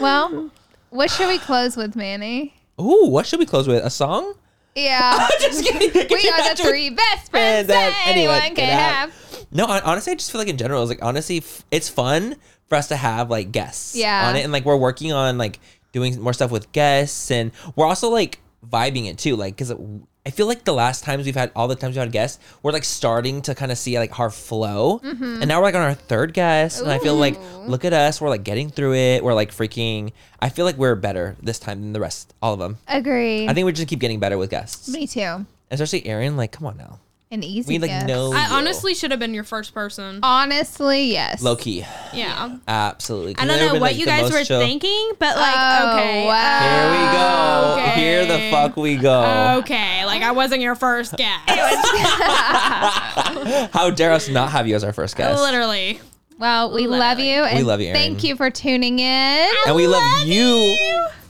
well, what should we close with, Manny?
Ooh, what should we close with? A song?
Yeah.
Just kidding.
we are the three best
uh,
friends that anyone can have.
No, hon- honestly, I just feel like in general, it's like honestly, f- it's fun for us to have like guests
Yeah.
on it, and like we're working on like doing more stuff with guests, and we're also like vibing it too, like because I feel like the last times we've had all the times we had guests, we're like starting to kind of see like our flow, and now we're like on our third guest, and I feel like look at us, we're like getting through it, we're like freaking. I feel like we're better this time than the rest, all of them.
Agree.
I think we just keep getting better with guests,
Me too.
especially Aaron. Like, come on now,
An easy.
we like
guess.
know.
I
you.
honestly should have been your first person.
Honestly, yes.
low key.
Uh, yeah.
Absolutely. 'Cause
I
then
don't
it
know
would've
what
been, like,
you
the
guys
most
were
chill.
thinking, but like,
Oh,
okay.
wow.
Here we go.
Okay.
Here the fuck we go.
uh, Okay, like I wasn't your first guest.
How dare us not have you as our first guest?
Literally.
Well, we love you. And
love you, Erin.
Thank you for tuning in.
And we love, you,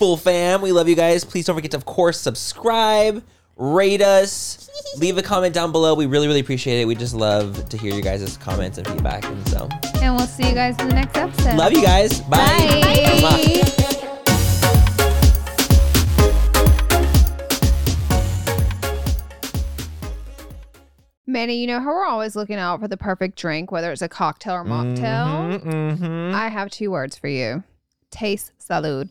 full fam. We love you guys. Please don't forget to, of course, subscribe, rate us, leave a comment down below. We really, really appreciate it. We just love to hear you guys' comments and feedback. And so,
And we'll see you guys in the next episode.
love you guys. Bye.
Bye.
Mwah.
Manny, you know how we're always looking out for the perfect drink, whether it's a cocktail or mocktail? I have two words for you. Taste salud.